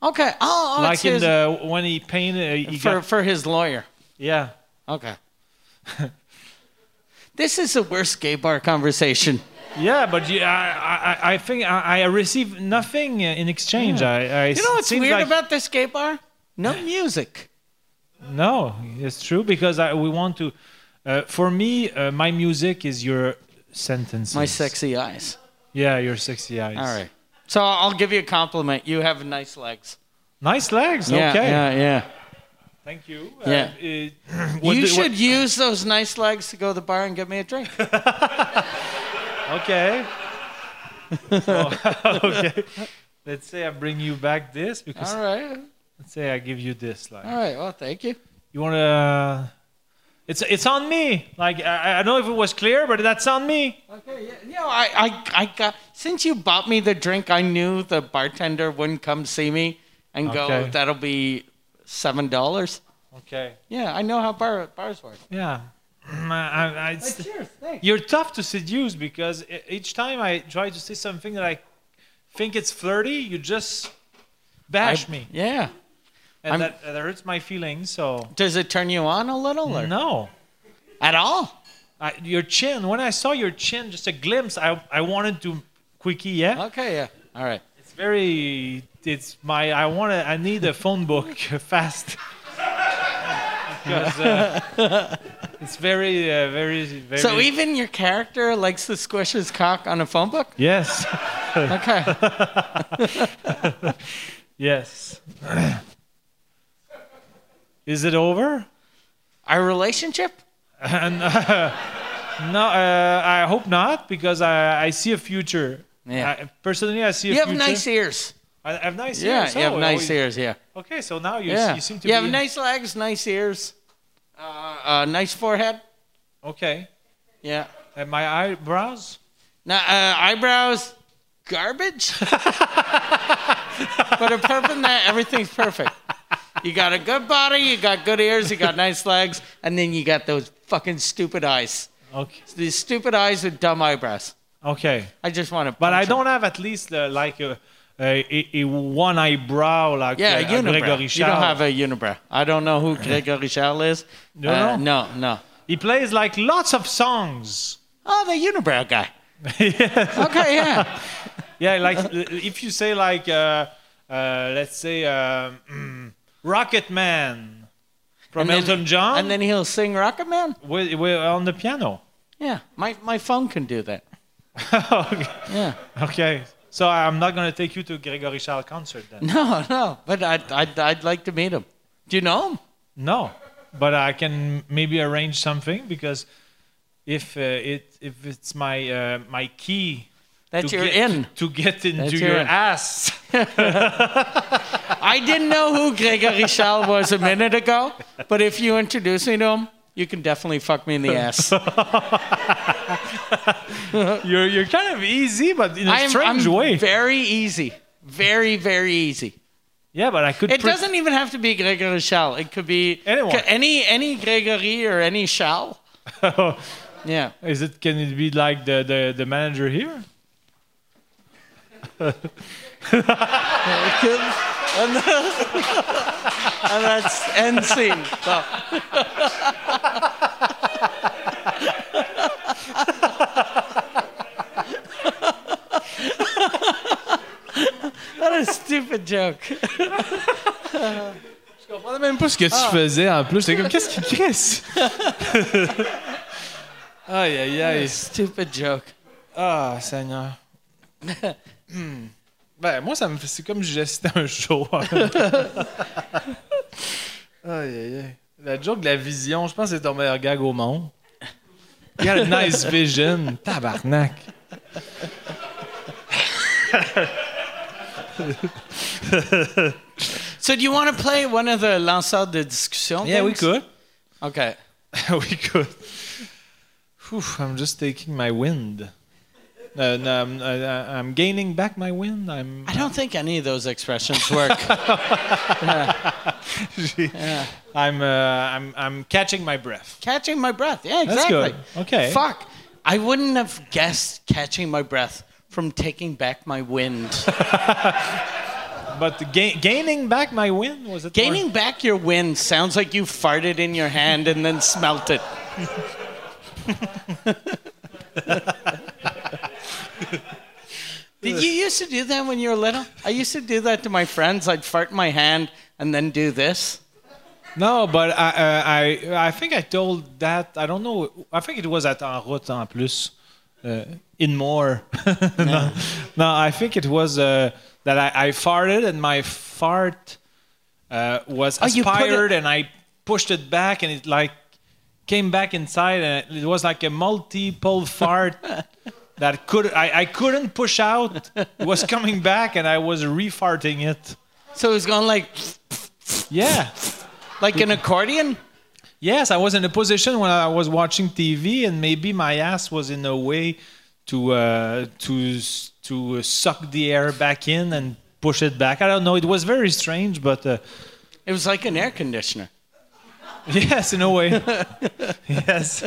Okay. Oh, oh it's
Like in
his-
the when he painted, uh, he
for,
got,
for his lawyer.
yeah.
Okay. this is the worst gay bar conversation.
Yeah, but yeah, I, I, I think I, I receive nothing uh, in exchange. I, I
You know what's
seems
weird
like-
about this gay bar? No music.
No, it's true because I, we want to. Uh, for me, uh, my music is your sentences.
My sexy eyes.
Yeah, your sexy eyes.
All right. So I'll give you a compliment. You have nice legs.
Nice legs. okay.
Yeah, yeah,
Thank you. Uh,
Yeah.
uh,
yeah.
what
You
do-
should use those nice legs to go to the bar and get me a drink.
what- okay. Oh, okay. Let's say I bring you back this because
All right.
let's say I give you this. Like
All right. Well, thank you.
you want to. It's it's on me. Like I, I don't know if it was clear, but that's on me.
Okay. Yeah. You know, I, I, I got, since you bought me the drink, I knew the bartender wouldn't come see me and go,
Okay.
that'll be $7.
Okay.
Yeah, I know how bar, bars work.
Yeah. Mm, I, I, I, it's-
Cheers. Thanks.
You're tough to seduce because e- each time I try to say something that I think it's flirty, you just bash me,
Yeah. I'm-
and that, that hurts my feelings. So
Does it turn you on a little or
no,
at all?
I, your chin. When I saw your chin, just a glimpse, I I wanted to quickie. Yeah,
Okay. Yeah. All right.
it's very. It's my. I want to. I need a phone book fast. because uh, it's very, uh, very, very.
So even your character likes to squish his cock on a phone book?
yes,
Okay.
yes. Is it over?
Our relationship?
And, uh, no, uh, I hope not because I, I see a future.
Yeah.
I, personally, I see a
You have
future.
nice ears.
I I have nice
Yeah,
ears.
you have
oh,
nice
oh,
ears. Yeah.
Okay, so now you,
Yeah.
you seem to
You
be.
have nice legs, nice ears, uh, uh, nice forehead.
Okay.
Yeah.
And my eyebrows?
Now, uh, eyebrows, garbage. but apart from that, everything's perfect. You got a good body, you got good ears, you got nice legs, and then you got those fucking stupid eyes.
Okay.
These stupid eyes with dumb eyebrows.
Okay.
I just want to.
But I don't have at least uh, like a, a, a, a one eyebrow like
Yeah,
uh,
a unibrow.
Gregory
You don't have a unibrow. I don't know who Gregory Schall is.
No,
Uh,
no.
no, no.
He plays like lots of songs.
Oh, the unibrow guy.
yes.
Okay, yeah.
Yeah, like l- if you say like uh, uh, let's say um, mm, Rocket Man from
And then-
Elton John,
and then he'll sing Rocket Man.
we're, we're on the piano.
Yeah, my my phone can do that.
okay.
Yeah.
okay, so I'm not gonna take you to Gregory Charles concert then.
No, no. But I'd I'd, I'd like to meet him. Do you know him?
No, but I can maybe arrange something because if uh, it if it's my uh, my key
That's
to
your
get,
in.
to get into
That's your
your,
in.
ass.
I didn't know who Gregory Schall was a minute ago, but if you introduce me to him, you can definitely fuck me in the ass.
You're you're kind of easy, but in a
I'm,
strange
I'm
way.
very easy. Very, very easy.
yeah, but I could.
It
pre-
doesn't even have to be Gregory Schall. It could be
Anyone.
any any Gregory or any Schall. Yeah.
Is it? Can it be like the the, the manager here?
and, and that's end scene. So- what a stupid joke.
Je comprenais même pas ce que tu
Ah.
faisais en plus. J'étais comme, qu'est-ce qu'il crisse? aïe, aïe, aïe.
Stupid joke.
Ah, Seigneur. Hmm. ben, moi, ça me fait. C'est comme si j'assistais à un show. aïe, aïe, aïe. La joke de la vision, je pense que c'est ton meilleur gag au monde. You got a nice vision. Tabarnak.
So do you want to play one of the lanceurs de discussion?
Yeah, we
things?
could.
Okay.
we could. Whew, I'm just taking my wind. Uh, no, I'm, I- I'm gaining back my wind. I'm.
I don't think any of those expressions work.
I'm. Uh, I'm. I'm catching my breath.
catching my breath. Yeah,
That's
exactly.
good. Okay.
Fuck. I wouldn't have guessed catching my breath from taking back my wind.
But ga- gaining back my wind was it?
Gaining back your wind sounds like you farted in your hand and then smelt it. Did you used to do that when you were little? I used to do that to my friends. I'd fart in my hand and then do this.
No, but I, uh, I. I think I told that. I don't know. I think it was at en route en plus. Uh, in more. no. no. I think it was uh, that I, I farted and my fart uh, was
Oh, you put
aspired
it-
and I pushed it back and it like came back inside and it was like a multiple fart that could I, I couldn't push out. It was coming back and I was refarting it.
So it was going like
Yeah.
like an accordion.
Yes, I was in a position when I was watching TV, and maybe my ass was in a way to uh, to s- to uh, suck the air back in and push it back. I don't know. It was very strange, but uh,
It was like an air conditioner.
yes, in a way, yes.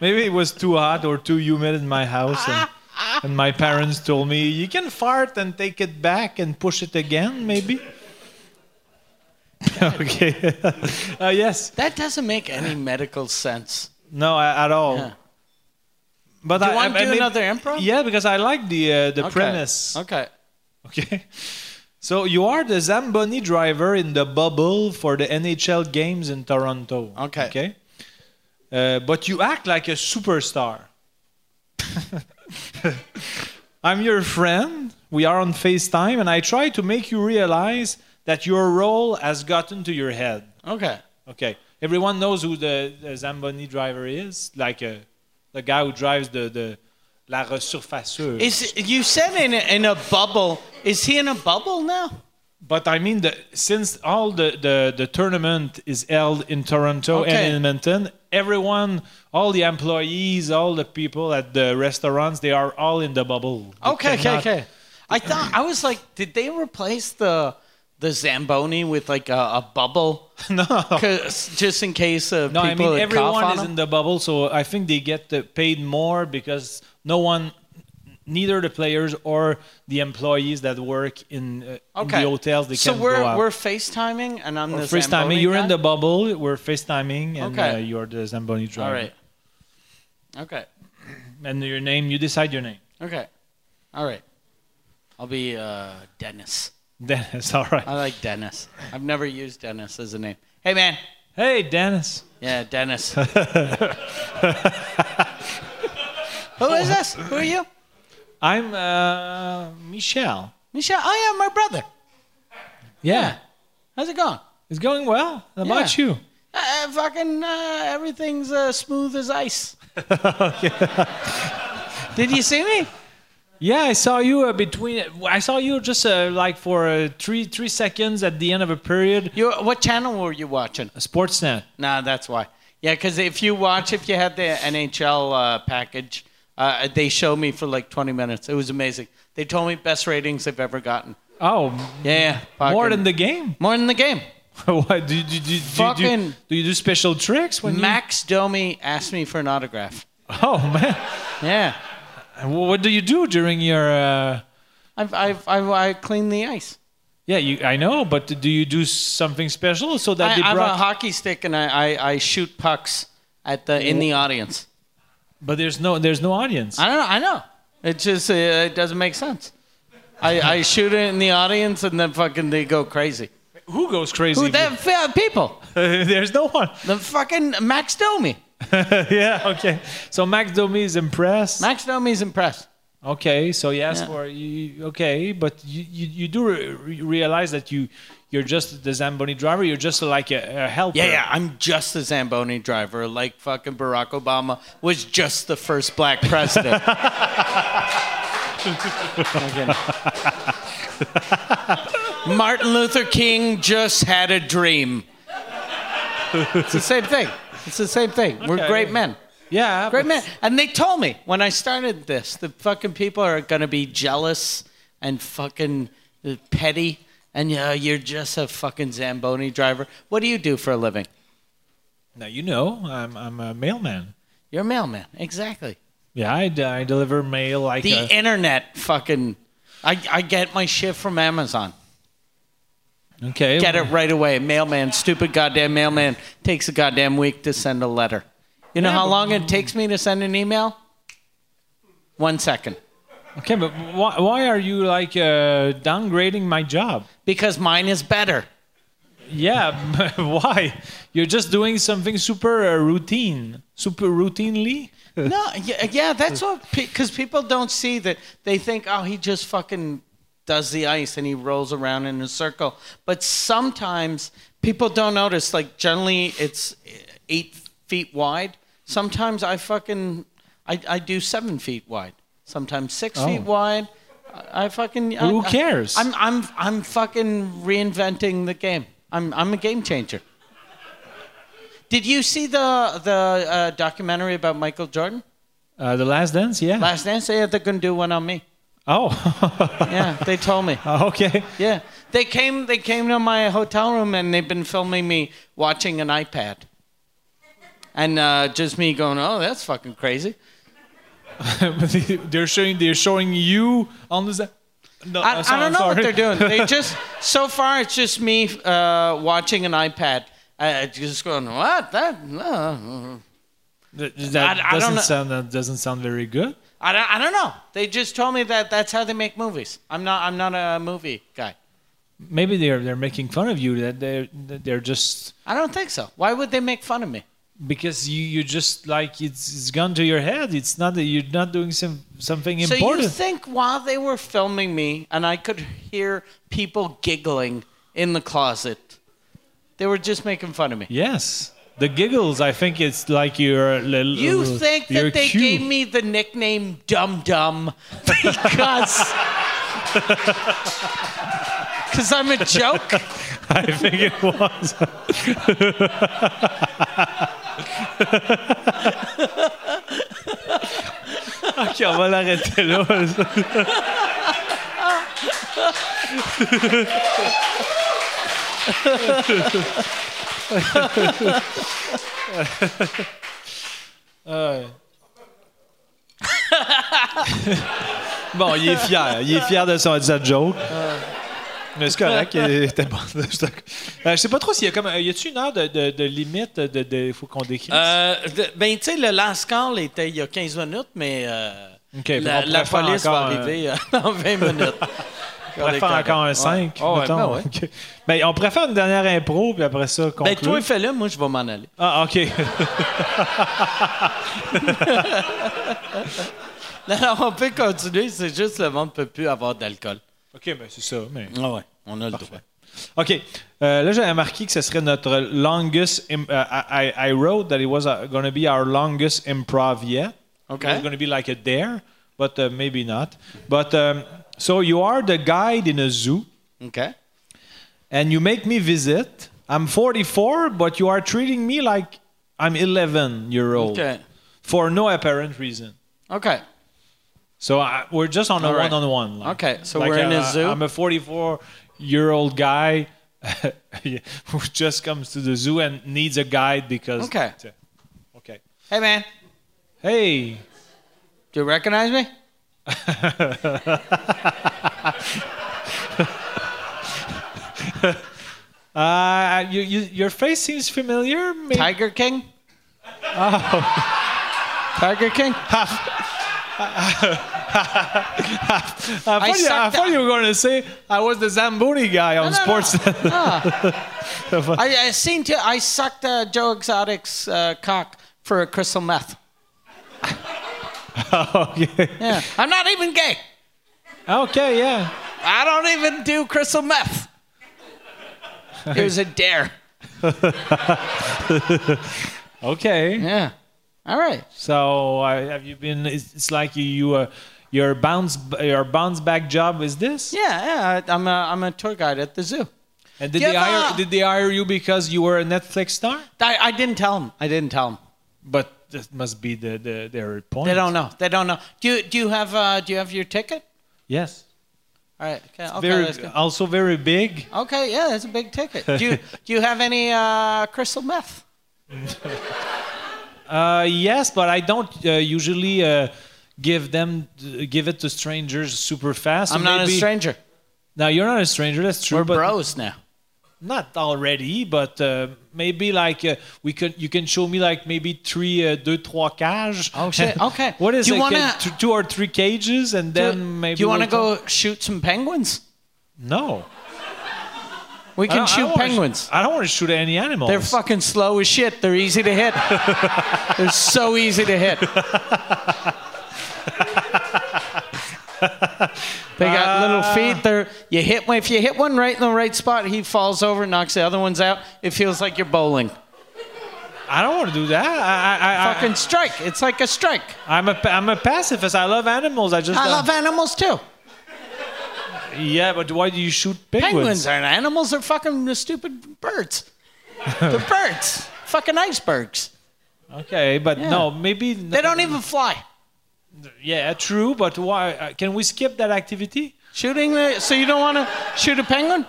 Maybe it was too hot or too humid in my house, and, and my parents told me you can fart and take it back and push it again, maybe. okay. uh, yes.
That doesn't make any medical sense.
No, a- at all.
Yeah.
But
Do you
I I-
want to
I
do
may-
another improv?
Yeah, because I like the uh, the
Okay.
premise.
Okay.
Okay. So you are the Zamboni driver in the bubble for the NHL games in Toronto.
Okay.
Okay. Uh, but you act like a superstar. I'm your friend. We are on FaceTime, and I try to make you realize that your role has gotten to your head.
Okay.
Okay. Everyone knows who the, the Zamboni driver is, like uh, the guy who drives the, the la resurfaceur.
Is you said in a, in a bubble? Is he in a bubble now?
but I mean, the, since all the, the, the tournament is held in Toronto
Okay.
and in Edmonton, everyone, all the employees, all the people at the restaurants, they are all in the bubble. They
Okay, okay,
cannot-
okay. I thought I was like, did they replace the the Zamboni with like a, a bubble?
No.
'Cause- just in case uh,
No, I
people
mean
would cough
everyone
on
is
them?
in the bubble, so I think they get uh, paid more because no one, neither the players or the employees that work in, uh, in
okay.
the hotels, they
so
can't
we're
go out.
we're FaceTiming and I'm the Zamboni
FaceTiming, you're in
guy?
the bubble. We're FaceTiming, and
Okay.
uh, you're the Zamboni
All
driver.
right. Okay.
And your name, you decide your name.
Okay. All right. I'll be uh, Dennis.
Dennis, all right.
I like Dennis. I've never used Dennis as a name. Hey man.
hey, Dennis.
Yeah, Dennis. Who is this? Who are you?
I'm uh, Michelle.
Michelle, I am my brother.
Yeah.
How's it going?
It's going well. How about
Yeah.
you?
Uh, fucking uh, everything's uh, smooth as ice. Did you see me?
Yeah, I saw you uh, between. I saw you just uh, like for uh, three three seconds at the end of a period.
You, what channel were you watching?
Sportsnet.
Nah, that's why. Yeah, because if you watch, if you had the NHL uh, package, uh, they showed me for like 20 minutes. It was amazing. They told me best ratings they've ever gotten.
Oh,
Yeah, yeah.
more
fucking-
than the game.
more than the game.
what do you do? you- Do, you- do, you-
Fucking-
do you do special tricks when
Max Domi asked me for an autograph.
you? Oh man,
Yeah,
And wh- what do you do during your? Uh,
I've, I've, I've I cleaned the ice.
Yeah, you, I know, but do you do something special so that
I, I
they
have a
brought?
hockey stick and I, I, I shoot pucks at the in the audience.
but there's no, there's no audience.
I don't know. I know. It just uh, it doesn't make sense. I, I shoot it in the audience and then fucking they go crazy.
Who goes crazy?
Who the f- people?
there's no one.
The fucking Max Domi.
yeah, okay. So Max Domi is impressed.
Max Domi's impressed.
okay, so yes,
Yeah.
for you, okay, but you, you, you do re- re- realize that you, you're just the Zamboni driver. You're just like a, a helper.
Yeah, yeah. I'm just a Zamboni driver, like fucking Barack Obama was just the first black president. Fucking- Martin Luther King just had a dream. It's the same thing. It's the same thing. We're
Okay.
great men.
Yeah.
Great
but-
man. And they told me when I started this, the fucking people are going to be jealous and fucking petty. And you know, you're just a fucking Zamboni driver. What do you do for a living?
Now you know, I'm I'm a mailman.
You're a mailman. Exactly.
Yeah, I, d- I deliver mail like
The
a-
internet fucking. I, I get my shit from Amazon.
okay.
Get it right away. Mailman, stupid goddamn mailman, takes a goddamn week to send a letter. You know how long it takes me to send an email? One second.
Okay, but why, why are you like uh, downgrading my job?
Because mine is better.
Yeah, but why? You're just doing something super uh, routine, super routinely.
No, yeah, yeah that's what because people don't see that they think, oh, he just fucking does the ice and he rolls around in a circle. But sometimes people don't notice. Like generally, it's eh, eight feet wide. Sometimes I fucking I, I do seven feet wide. Sometimes six feet wide. I I fucking I-
Who
I-
cares?
I'm I'm I'm fucking reinventing the game. I'm I'm a game changer. Did you see the the uh, documentary about Michael Jordan?
Uh, the last dance, yeah.
Last dance, yeah, they're gonna do one on me.
oh,
Yeah, they told me.
okay.
Yeah, they came. They came to my hotel room and they've been filming me watching an iPad, and uh, just me going, "Oh, that's fucking crazy."
they're showing they're showing you on the. No,
I,
I'm so-
I don't
I'm
know
sorry.
what they're doing. They just so far it's just me uh, watching an iPad. Uh, just going, "What that?" Uh,
Th- that
I- I don't
doesn't
know.
sound that doesn't sound very good.
I don't. I don't know. They just told me that that's how they make movies. I'm not. I'm not a movie guy.
Maybe they're they're making fun of you. That they're that they're just
I don't think so. Why would they make fun of me?
because you you just like it's it's gone to your head. It's not that you're not doing some something
So
important.
you think while they were filming me, and I could hear people giggling in the closet, they were just making fun of me.
yes, the giggles. I think it's like your little.
You think
your
that they
cue.
gave me the nickname Dum Dum because because I'm a joke?
I think it was. ok, on va l'arrêter là. Ouais. bon, il est fier. Il est fier de son de sa joke. Mais c'est correct, il était bon. Euh, je sais pas trop s'il y a comme. euh, Y a-tu une heure de, de- de limite de, de- faut qu'on décrive?
Euh, de- ben, tu sais, le last call était il y a 15 minutes, mais euh,
OK, ben, on pourrait
la, la
faire
police va
encore un-
arriver euh, dans 20 minutes.
on pourrait faire encore un 5.
Ouais. Oh, ouais, ben ouais.
on pourrait faire une dernière impro, puis après ça, conclure.
Ben, toi, fais-le, moi, je vais m'en aller.
Ah, OK.
Non, non, on peut continuer, c'est juste le monde ne peut plus avoir d'alcool.
OK, mais c'est ça. mais-
Ah ouais, on a le droit.
OK. Euh, là, j'avais marqué que ce serait notre longest. im- uh, I, I- I wrote that it was going to be our longest improv yet.
OK.
It was going to be like a dare, but uh, maybe not. But um, so you are the guide in a zoo.
OK.
and you make me visit. I'm 44, but you are treating me like I'm 11 year old
Okay.
for no apparent reason.
OK.
So I, we're just on a
All right.
one-on-one. Like,
Okay, so we're in a
uh,
zoo?
I'm a 44 year old guy who just comes to the zoo and needs a guide because.
Okay.
Okay.
Hey, man,
Hey.
do you recognize me?
Uh, you, you, your face seems familiar. Maybe
Tiger King? Oh. Tiger King?
I thought, you, I
sucked
thought
up.
you were going to say I was the Zamboni guy on
no, no.
sports.
I, I seen to, I sucked uh, Joe Exotic's uh, cock for crystal meth.
okay.
Yeah. I'm not even gay.
Okay. Yeah.
I don't even do crystal meth. It was a dare.
Okay.
Yeah. All right.
So uh, have you been? It's, it's like you, you uh, your bounce, your bounce back job is this.
Yeah, yeah. I- I'm a, I'm a tour guide at the zoo.
And did
Give
they hire?
up.
Did they hire you because you were a Netflix star?
I, I didn't tell him. I didn't tell him.
But that must be the, the their point.
They don't know. They don't know. Do you, do you have uh, do you have your ticket?
Yes.
All right. Okay. Okay.
Very,
that's good.
also very big.
Okay. Yeah, that's a big ticket. Do you do you have any uh, crystal meth?
Uh, yes, but I don't uh, usually uh, give them give it to strangers super fast. so
I'm not
maybe-
a stranger.
Now you're not a stranger. That's true.
We're
but
bros now.
Not already, but uh, maybe like uh, we could. You can show me like maybe three, uh, deux, trois cages.
Oh, shit. Okay.
what is
Do you
it?
wanna-
Two- two or three cages, and then maybe.
do you want to
we'll talk-
go shoot some penguins?
No.
We
I
can
don't- I don't
shoot
wanna sh- Oh.
penguins.
I don't want to shoot any animals.
They're fucking slow as shit. They're easy to hit. They're so easy to hit. they got little
Ah.
feet. They're you hit one if you hit one right in the right spot, he falls over, knocks the other ones out. It feels like you're bowling.
I don't want to do that. I, I, I,
Fucking strike. It's like a strike.
I, I'm a, pa- I'm a pacifist. I love animals. I just.
I
don't-
love animals too.
Yeah, but why do you shoot penguins?
Penguins aren't animals. They're fucking stupid birds. They're birds. Fucking icebergs.
Okay, but
Yeah.
no, maybe.
They don't even fly.
Yeah, true. But why? Uh, can we skip that activity?
Shooting the, so you don't want to shoot a penguin?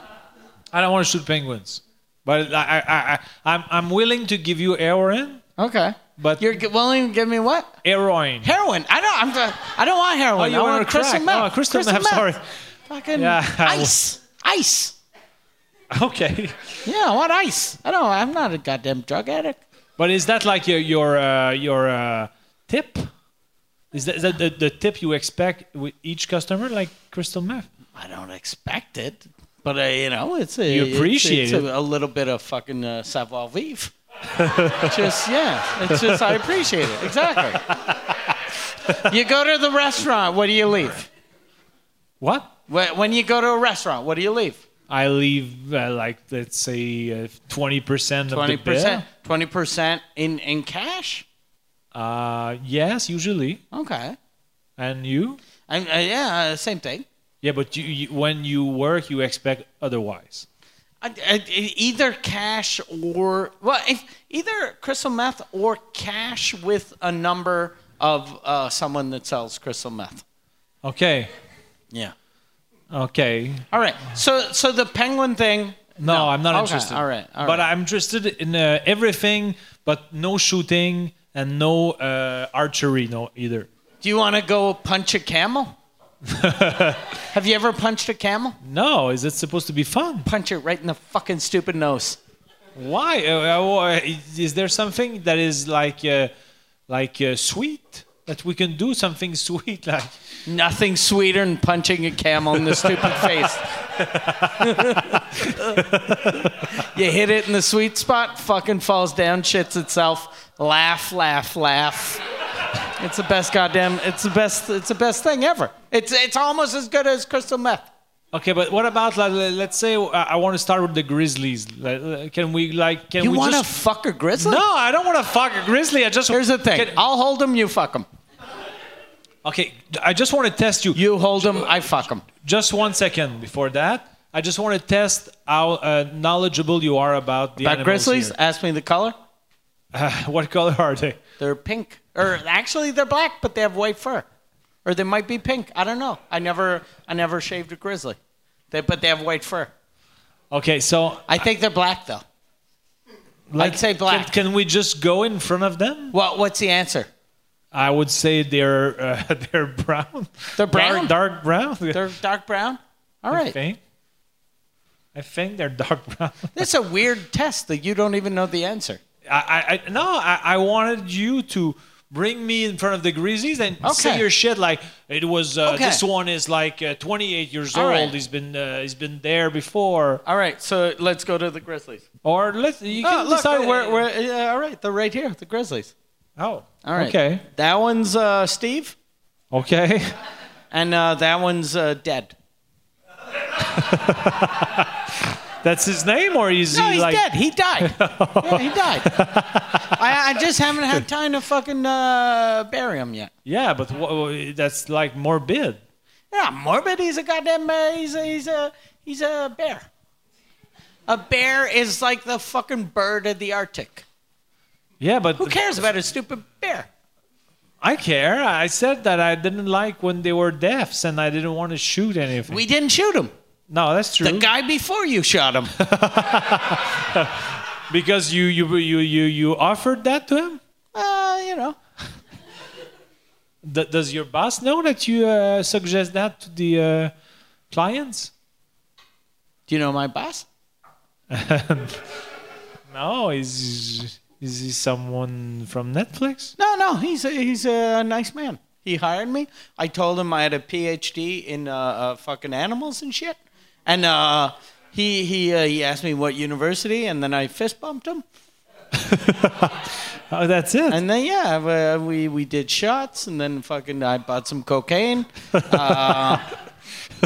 I don't want to shoot penguins. But I, I, I, I I'm, I'm willing to give you heroin.
Okay.
But-
you're g- willing to give me what?
Heroin.
Heroin. I don't. I'm. the- I don't want heroin.
you
I
want
want
crack.
crystal meth.
Oh, crystal meth, sorry.
Fucking
Yeah, I will-
ice. Ice.
Okay.
Yeah, I want ice. I don't. I'm not a goddamn drug addict.
But is that like your your uh, your uh, tip? Is that, is that the, the tip you expect with each customer, like crystal meth?
I don't expect it, but uh, you know, it's a.
You
it's-
appreciate
it's,
it.
A, a little bit of fucking uh, savoir vivre. just yeah, it's just I appreciate it exactly. you go to the restaurant. What do you leave?
What?
Wh- When you go to a restaurant, what do you leave?
I leave uh, like let's say uh, twenty percent of
Twenty
the bill.
percent. Twenty percent in in cash.
Uh, yes, usually.
Okay.
And you?
I'm, uh, yeah, uh, same thing.
Yeah, but you, you when you work, you expect otherwise.
I, I- either cash or well, if, either crystal meth or cash with a number of uh, someone that sells crystal meth.
Okay.
Yeah.
Okay.
All right. So so the penguin thing.
No, I'm not
Okay,
interested.
all right, all
but
right.
I'm interested in uh, everything, but no shooting and no uh, archery, no either.
Do you want to go punch a camel? Have you ever punched a camel?
No, is it supposed to be fun?
Punch it right in the fucking stupid nose.
Why? Uh, uh, why- is there something that is like, uh, like uh, sweet that we can do something sweet? Like
Nothing sweeter than punching a camel in the stupid face. you hit it in the sweet spot, fucking falls down, shits itself. Laugh, laugh, laugh. It's the best goddamn. It's the best. It's the best thing ever. It's it's almost as good as crystal meth.
okay, but what about like, le- let's say uh, I want to start with the Grizzlies. Like, uh, Can we like? Can
You
we
want to
just?
fuck a grizzly?
no, I don't want to fuck a grizzly. I just
Here's the thing.
Can-
I'll hold him. You fuck him.
okay, I just want to test you.
You hold him. I fuck him.
just one second before that. I just want to test how uh, knowledgeable you are about the
About
animals
grizzlies,
here.
ask me the color.
What color are they?
They're pink, or actually they're black, but they have white fur, or they might be pink. I don't know. I never, I never shaved a grizzly, they, but they have white fur.
Okay, so
I think they're black though.
like,
I'd say black.
Can, can we just go in front of them?
Well, what's the answer?
I would say they're uh, they're brown.
They're brown?
Dark, dark brown.
They're dark brown. All
I
right.
think. I think they're dark brown.
This is a weird test that you don't even know the answer.
I, I, I no, I, I wanted you to bring me in front of the Grizzlies and say
Okay.
your shit like it was. Uh,
Okay.
This one is like uh, 28 years
All
old.
right.
He's been uh, he's been there before.
All right, so let's go to the Grizzlies.
Or let's you
Oh,
can
look,
decide
we're, we're, yeah, all right, they're right here, the Grizzlies.
Oh,
uh, All right.
Okay.
That one's uh, Steve,
Okay.
and uh, that one's uh, dead.
That's his name, or is
No,
he
he's
like?
dead. He died. yeah, he died. I, I just haven't had time to fucking uh, bury him yet.
Yeah, but wha- that's like morbid.
Yeah, morbid. He's a goddamn. Uh, he's a he's a he's a bear. A bear is like the fucking bird of the Arctic.
Yeah, but
Who cares about a stupid bear?
I care. I said that I didn't like when they were deafs and I didn't want to shoot anything.
We didn't shoot him.
no, that's true.
The guy before you shot him.
because you you you you you offered that to him.
uh, you know.
Th- does your boss know that you uh, suggest that to the uh, clients?
Do you know my boss?
No, is is he someone from Netflix?
No, no, he's a, he's a nice man. He hired me. I told him I had a PhD in uh, uh, fucking animals and shit. And uh, he he uh, he asked me what university, and then I fist bumped him.
Oh, that's it.
And then yeah, uh, we we- we did shots, and then fucking I bought some cocaine. Uh,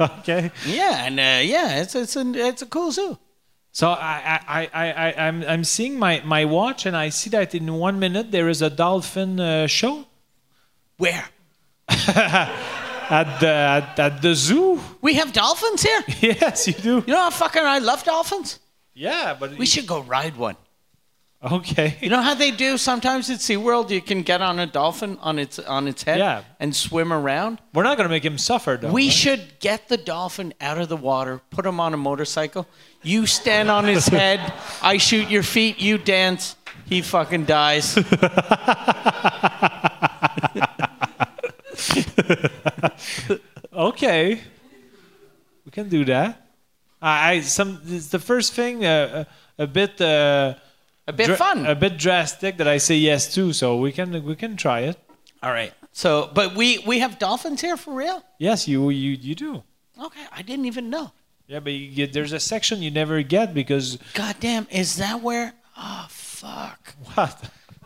okay.
yeah, and uh, yeah, it's it's a it's a cool zoo.
So I I I I I- I'm I'm seeing my my watch and I see that in one minute there is a dolphin uh, show
Where
at the at, at the zoo.
we have dolphins here.
yes, you do.
You know how fucking I love dolphins.
Yeah, but
We should go ride one.
okay.
You know how they do sometimes at SeaWorld you can get on a dolphin on its on its head
Yeah.
and swim around?
We're not gonna make him suffer though.
We
right?
should get the dolphin out of the water, put him on a motorcycle. You stand on his head, I shoot your feet, you dance, he fucking dies.
Okay, we can do that. I, I some it's the first thing uh, uh, a bit uh,
A bit
dra-
fun.
a bit drastic that I say yes to. So we can we can try it.
All right. So, but we we have dolphins here for real?
Yes, you you you do.
Okay, I didn't even know.
Yeah, but you get, there's a section you never get because
God damn, is that where Oh fuck.
what?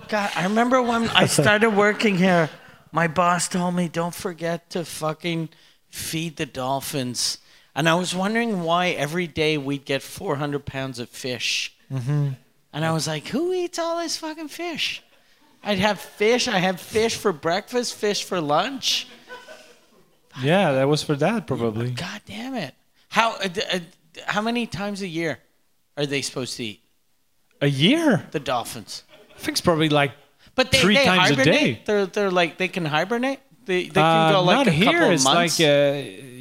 God, I remember when I started working here, my boss told me, don't forget to fucking feed the dolphins. And I was wondering why every day we'd get 400 pounds of fish. And I was like, who eats all this fucking fish? I'd have fish. I had fish for breakfast, fish for lunch.
Yeah, that was for that probably.
God damn it. How, uh, d- uh, d- how many times a year are they supposed to eat,
A year?
the dolphins?
I think it's probably like
But they,
Three
they
times a
hibernate.
day.
They're they're like they can hibernate. They they
uh,
can go like
not
a
here.
couple of
It's
months.
like uh,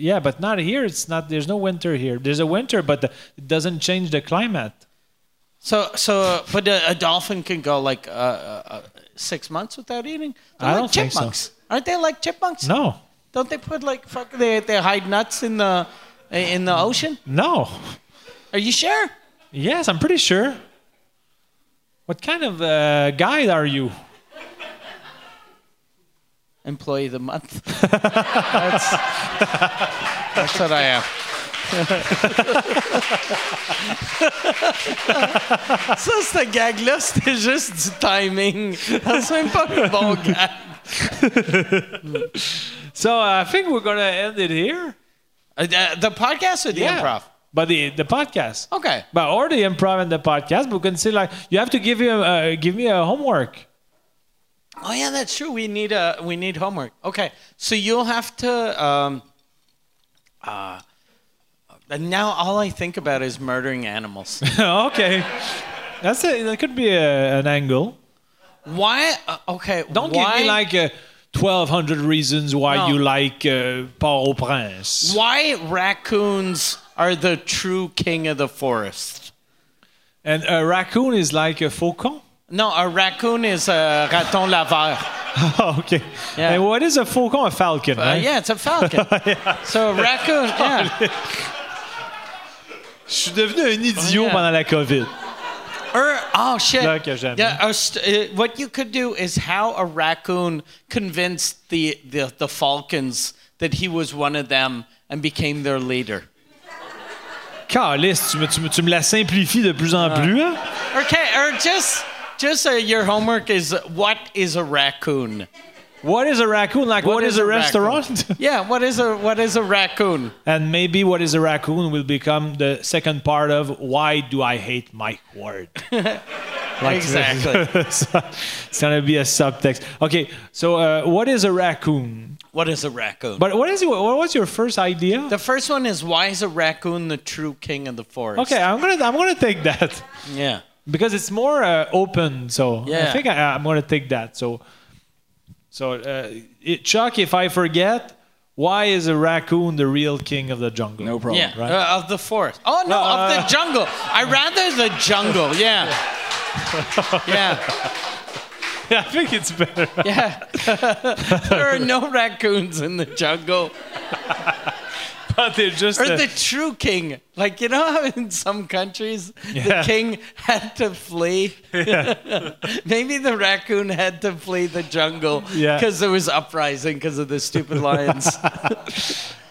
yeah, but not here. It's not. There's no winter here. There's a winter, but the, it doesn't change the climate.
so so, uh, but a, a dolphin can go like uh, uh, uh, six months without eating. They're
I
like
don't think so.
chipmunks. Aren't they like chipmunks?
No,
Don't they put like fuck? They they hide nuts in the in the ocean.
no.
Are you sure?
Yes, I'm pretty sure. What kind of uh, guide are you?
Employee of the month. that's, that's what I am. Ça, ce gag-là, c'était juste du timing. C'est même pas le bon gag.
So uh, I think we're gonna end it here.
Uh, the- the podcast or the improv?
But the the podcast.
Okay.
But or the improv and the podcast. But we can say like you have to give you uh, give me a homework.
Oh yeah, that's true. We need uh, we need homework. Okay, so you'll have to. Um, uh, and now all I think about is murdering animals.
okay, that's a, that could be a, an angle.
Why? Uh, okay.
Don't
why,
give me like uh, twelve hundred reasons why
No.
you like uh, Port-au-Prince.
Why raccoons are the true king of the forest?
And a raccoon is like a faucon.
No, a raccoon is a raton laveur.
okay.
Yeah.
And what is a faucon? A falcon,
Uh,
right?
yeah, it's a falcon. So a raccoon,
Oh,
yeah.
Je suis devenu un idiot
Yeah.
pendant la COVID.
Or, oh shit.
Là que j'aime.
Yeah, a st- uh, what you could do is how a raccoon convinced the, the, the falcons that he was one of them and became their leader.
Calice, tu me, tu, me- tu me la simplifies de plus en plus. Hein?
Okay, or just just uh, your homework is uh, what is a raccoon?
What is a raccoon? Like, what is, a, restaurant?
raccoon? yeah, what is a what is a raccoon?
and maybe what is a raccoon will become the second part of why do I hate Mike Ward? Like,
Exactly.
so, it's going to be a subtext. Okay, so uh, what is a raccoon?
What is a raccoon?
But what is what was your first idea?
the first one is why is a raccoon the true king of the forest?
Okay, I'm going to I'm going to take that.
Yeah.
because it's more uh, open. So I
Yeah.
think I, I'm gonna take that. So, so uh, it, Chuck, if I forget, why is a raccoon the real king of the jungle?
No problem.
Yeah,
Oh, right?
uh, of the forest. Oh no, of the jungle. I rather the jungle. Yeah. Yeah,
Yeah, I think it's better.
Uh, yeah. there are no raccoons in the jungle.
but they're just
Or
uh,
the true king. Like, you know how in some countries
Yeah.
the king had to flee? Maybe the raccoon had to flee the jungle because
Yeah.
there was uprising because of the stupid lions.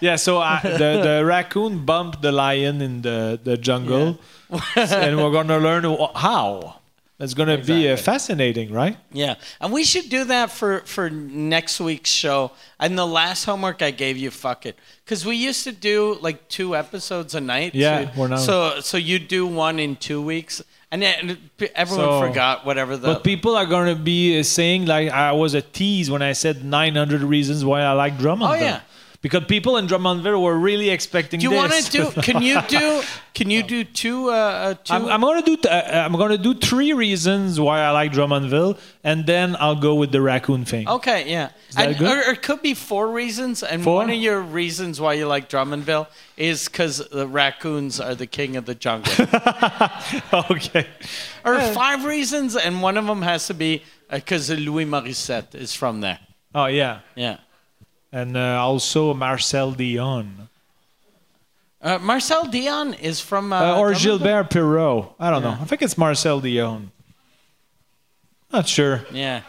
yeah. So I, the the raccoon bumped the lion in the the jungle, and we're gonna learn wh- how. It's gonna be uh, fascinating, right?
yeah. And we should do that for, for next week's show. And the last homework I gave you, fuck it. Because we used to do like two episodes a night.
Yeah,
so,
we're not-
So, so you do one in two weeks. And, then everyone
So-
forgot whatever the.
But people are gonna be uh, saying like I was a tease when I said 900 reasons why I like Drummondville.
Oh, yeah.
Because people in Drummondville were really expecting
Do you want
this.
to do? Can you do? Can you do two? Uh, uh, 2
I'm, I'm gonna do. T- uh, I'm gonna do three reasons why I like Drummondville, and then I'll go with the raccoon thing.
okay, yeah.
that
And,
good?
or, or it could be four reasons, and
Four?
one of your reasons why you like Drummondville is because the raccoons are the king of the jungle.
okay.
or five reasons, and one of them has to be because Louis Morissette is from there.
Oh yeah,
Yeah.
and uh, also Marcel Dion
Uh, Marcel Dion is from. Uh,
uh, or
Drummondville?
Gilbert Perrault. I don't know. I think it's Marcel Dion. Not sure.
Yeah.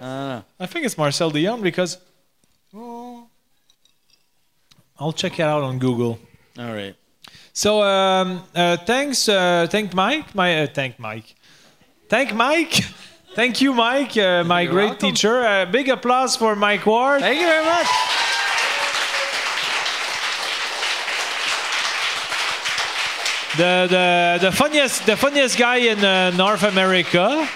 I think it's Marcel Dion because. I'll check it out on Google.
All right.
So um, uh, thanks, uh, thank Mike, my uh, thank Mike, thank Mike, thank you, Mike, uh, my great teacher. Uh, big applause for Mike Ward.
Thank you very much.
the the the funniest the funniest guy in uh, North America.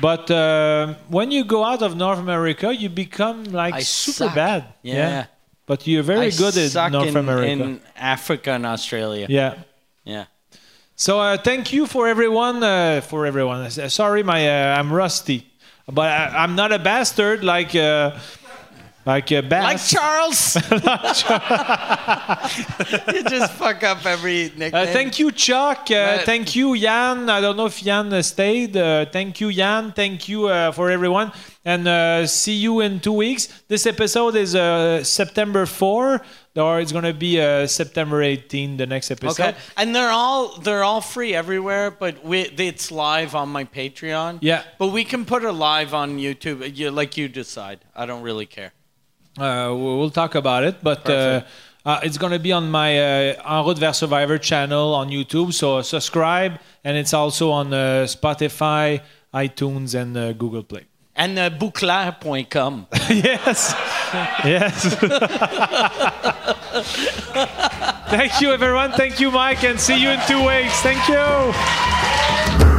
But uh, when you go out of North America, you become like
I
super
suck.
bad.
Yeah.
But you're very
I
good in
suck
North
in,
America.
in Africa and Australia.
Yeah.
yeah.
So uh, thank you for everyone. Uh, for everyone. S- uh, Sorry, my uh, I'm rusty, but I, I'm not a bastard like uh, like uh,
Like
Bass.
Charles. you just fuck up every nickname.
Uh, thank you, Chuck. Uh,
But-
thank you, Jan. I don't know if Jan uh, stayed. Uh, thank you, Jan. Thank you uh, for everyone. And uh, see you in two weeks. This episode is uh, September 4, or it's going to be uh, September 18, the next episode.
Okay, and they're all they're all free everywhere, but we it's live on my Patreon.
Yeah.
but we can put it live on YouTube. You, like you decide. I don't really care.
Uh, we- we'll talk about it, but uh, uh, it's going to be on my uh, En route vers Survivor channel on YouTube. So subscribe, and it's also on uh, Spotify, iTunes, and uh, Google Play.
And uh, bouclair.com.
yes, yes. Thank you, everyone. Thank you, Mike, and see you in two weeks. Thank you.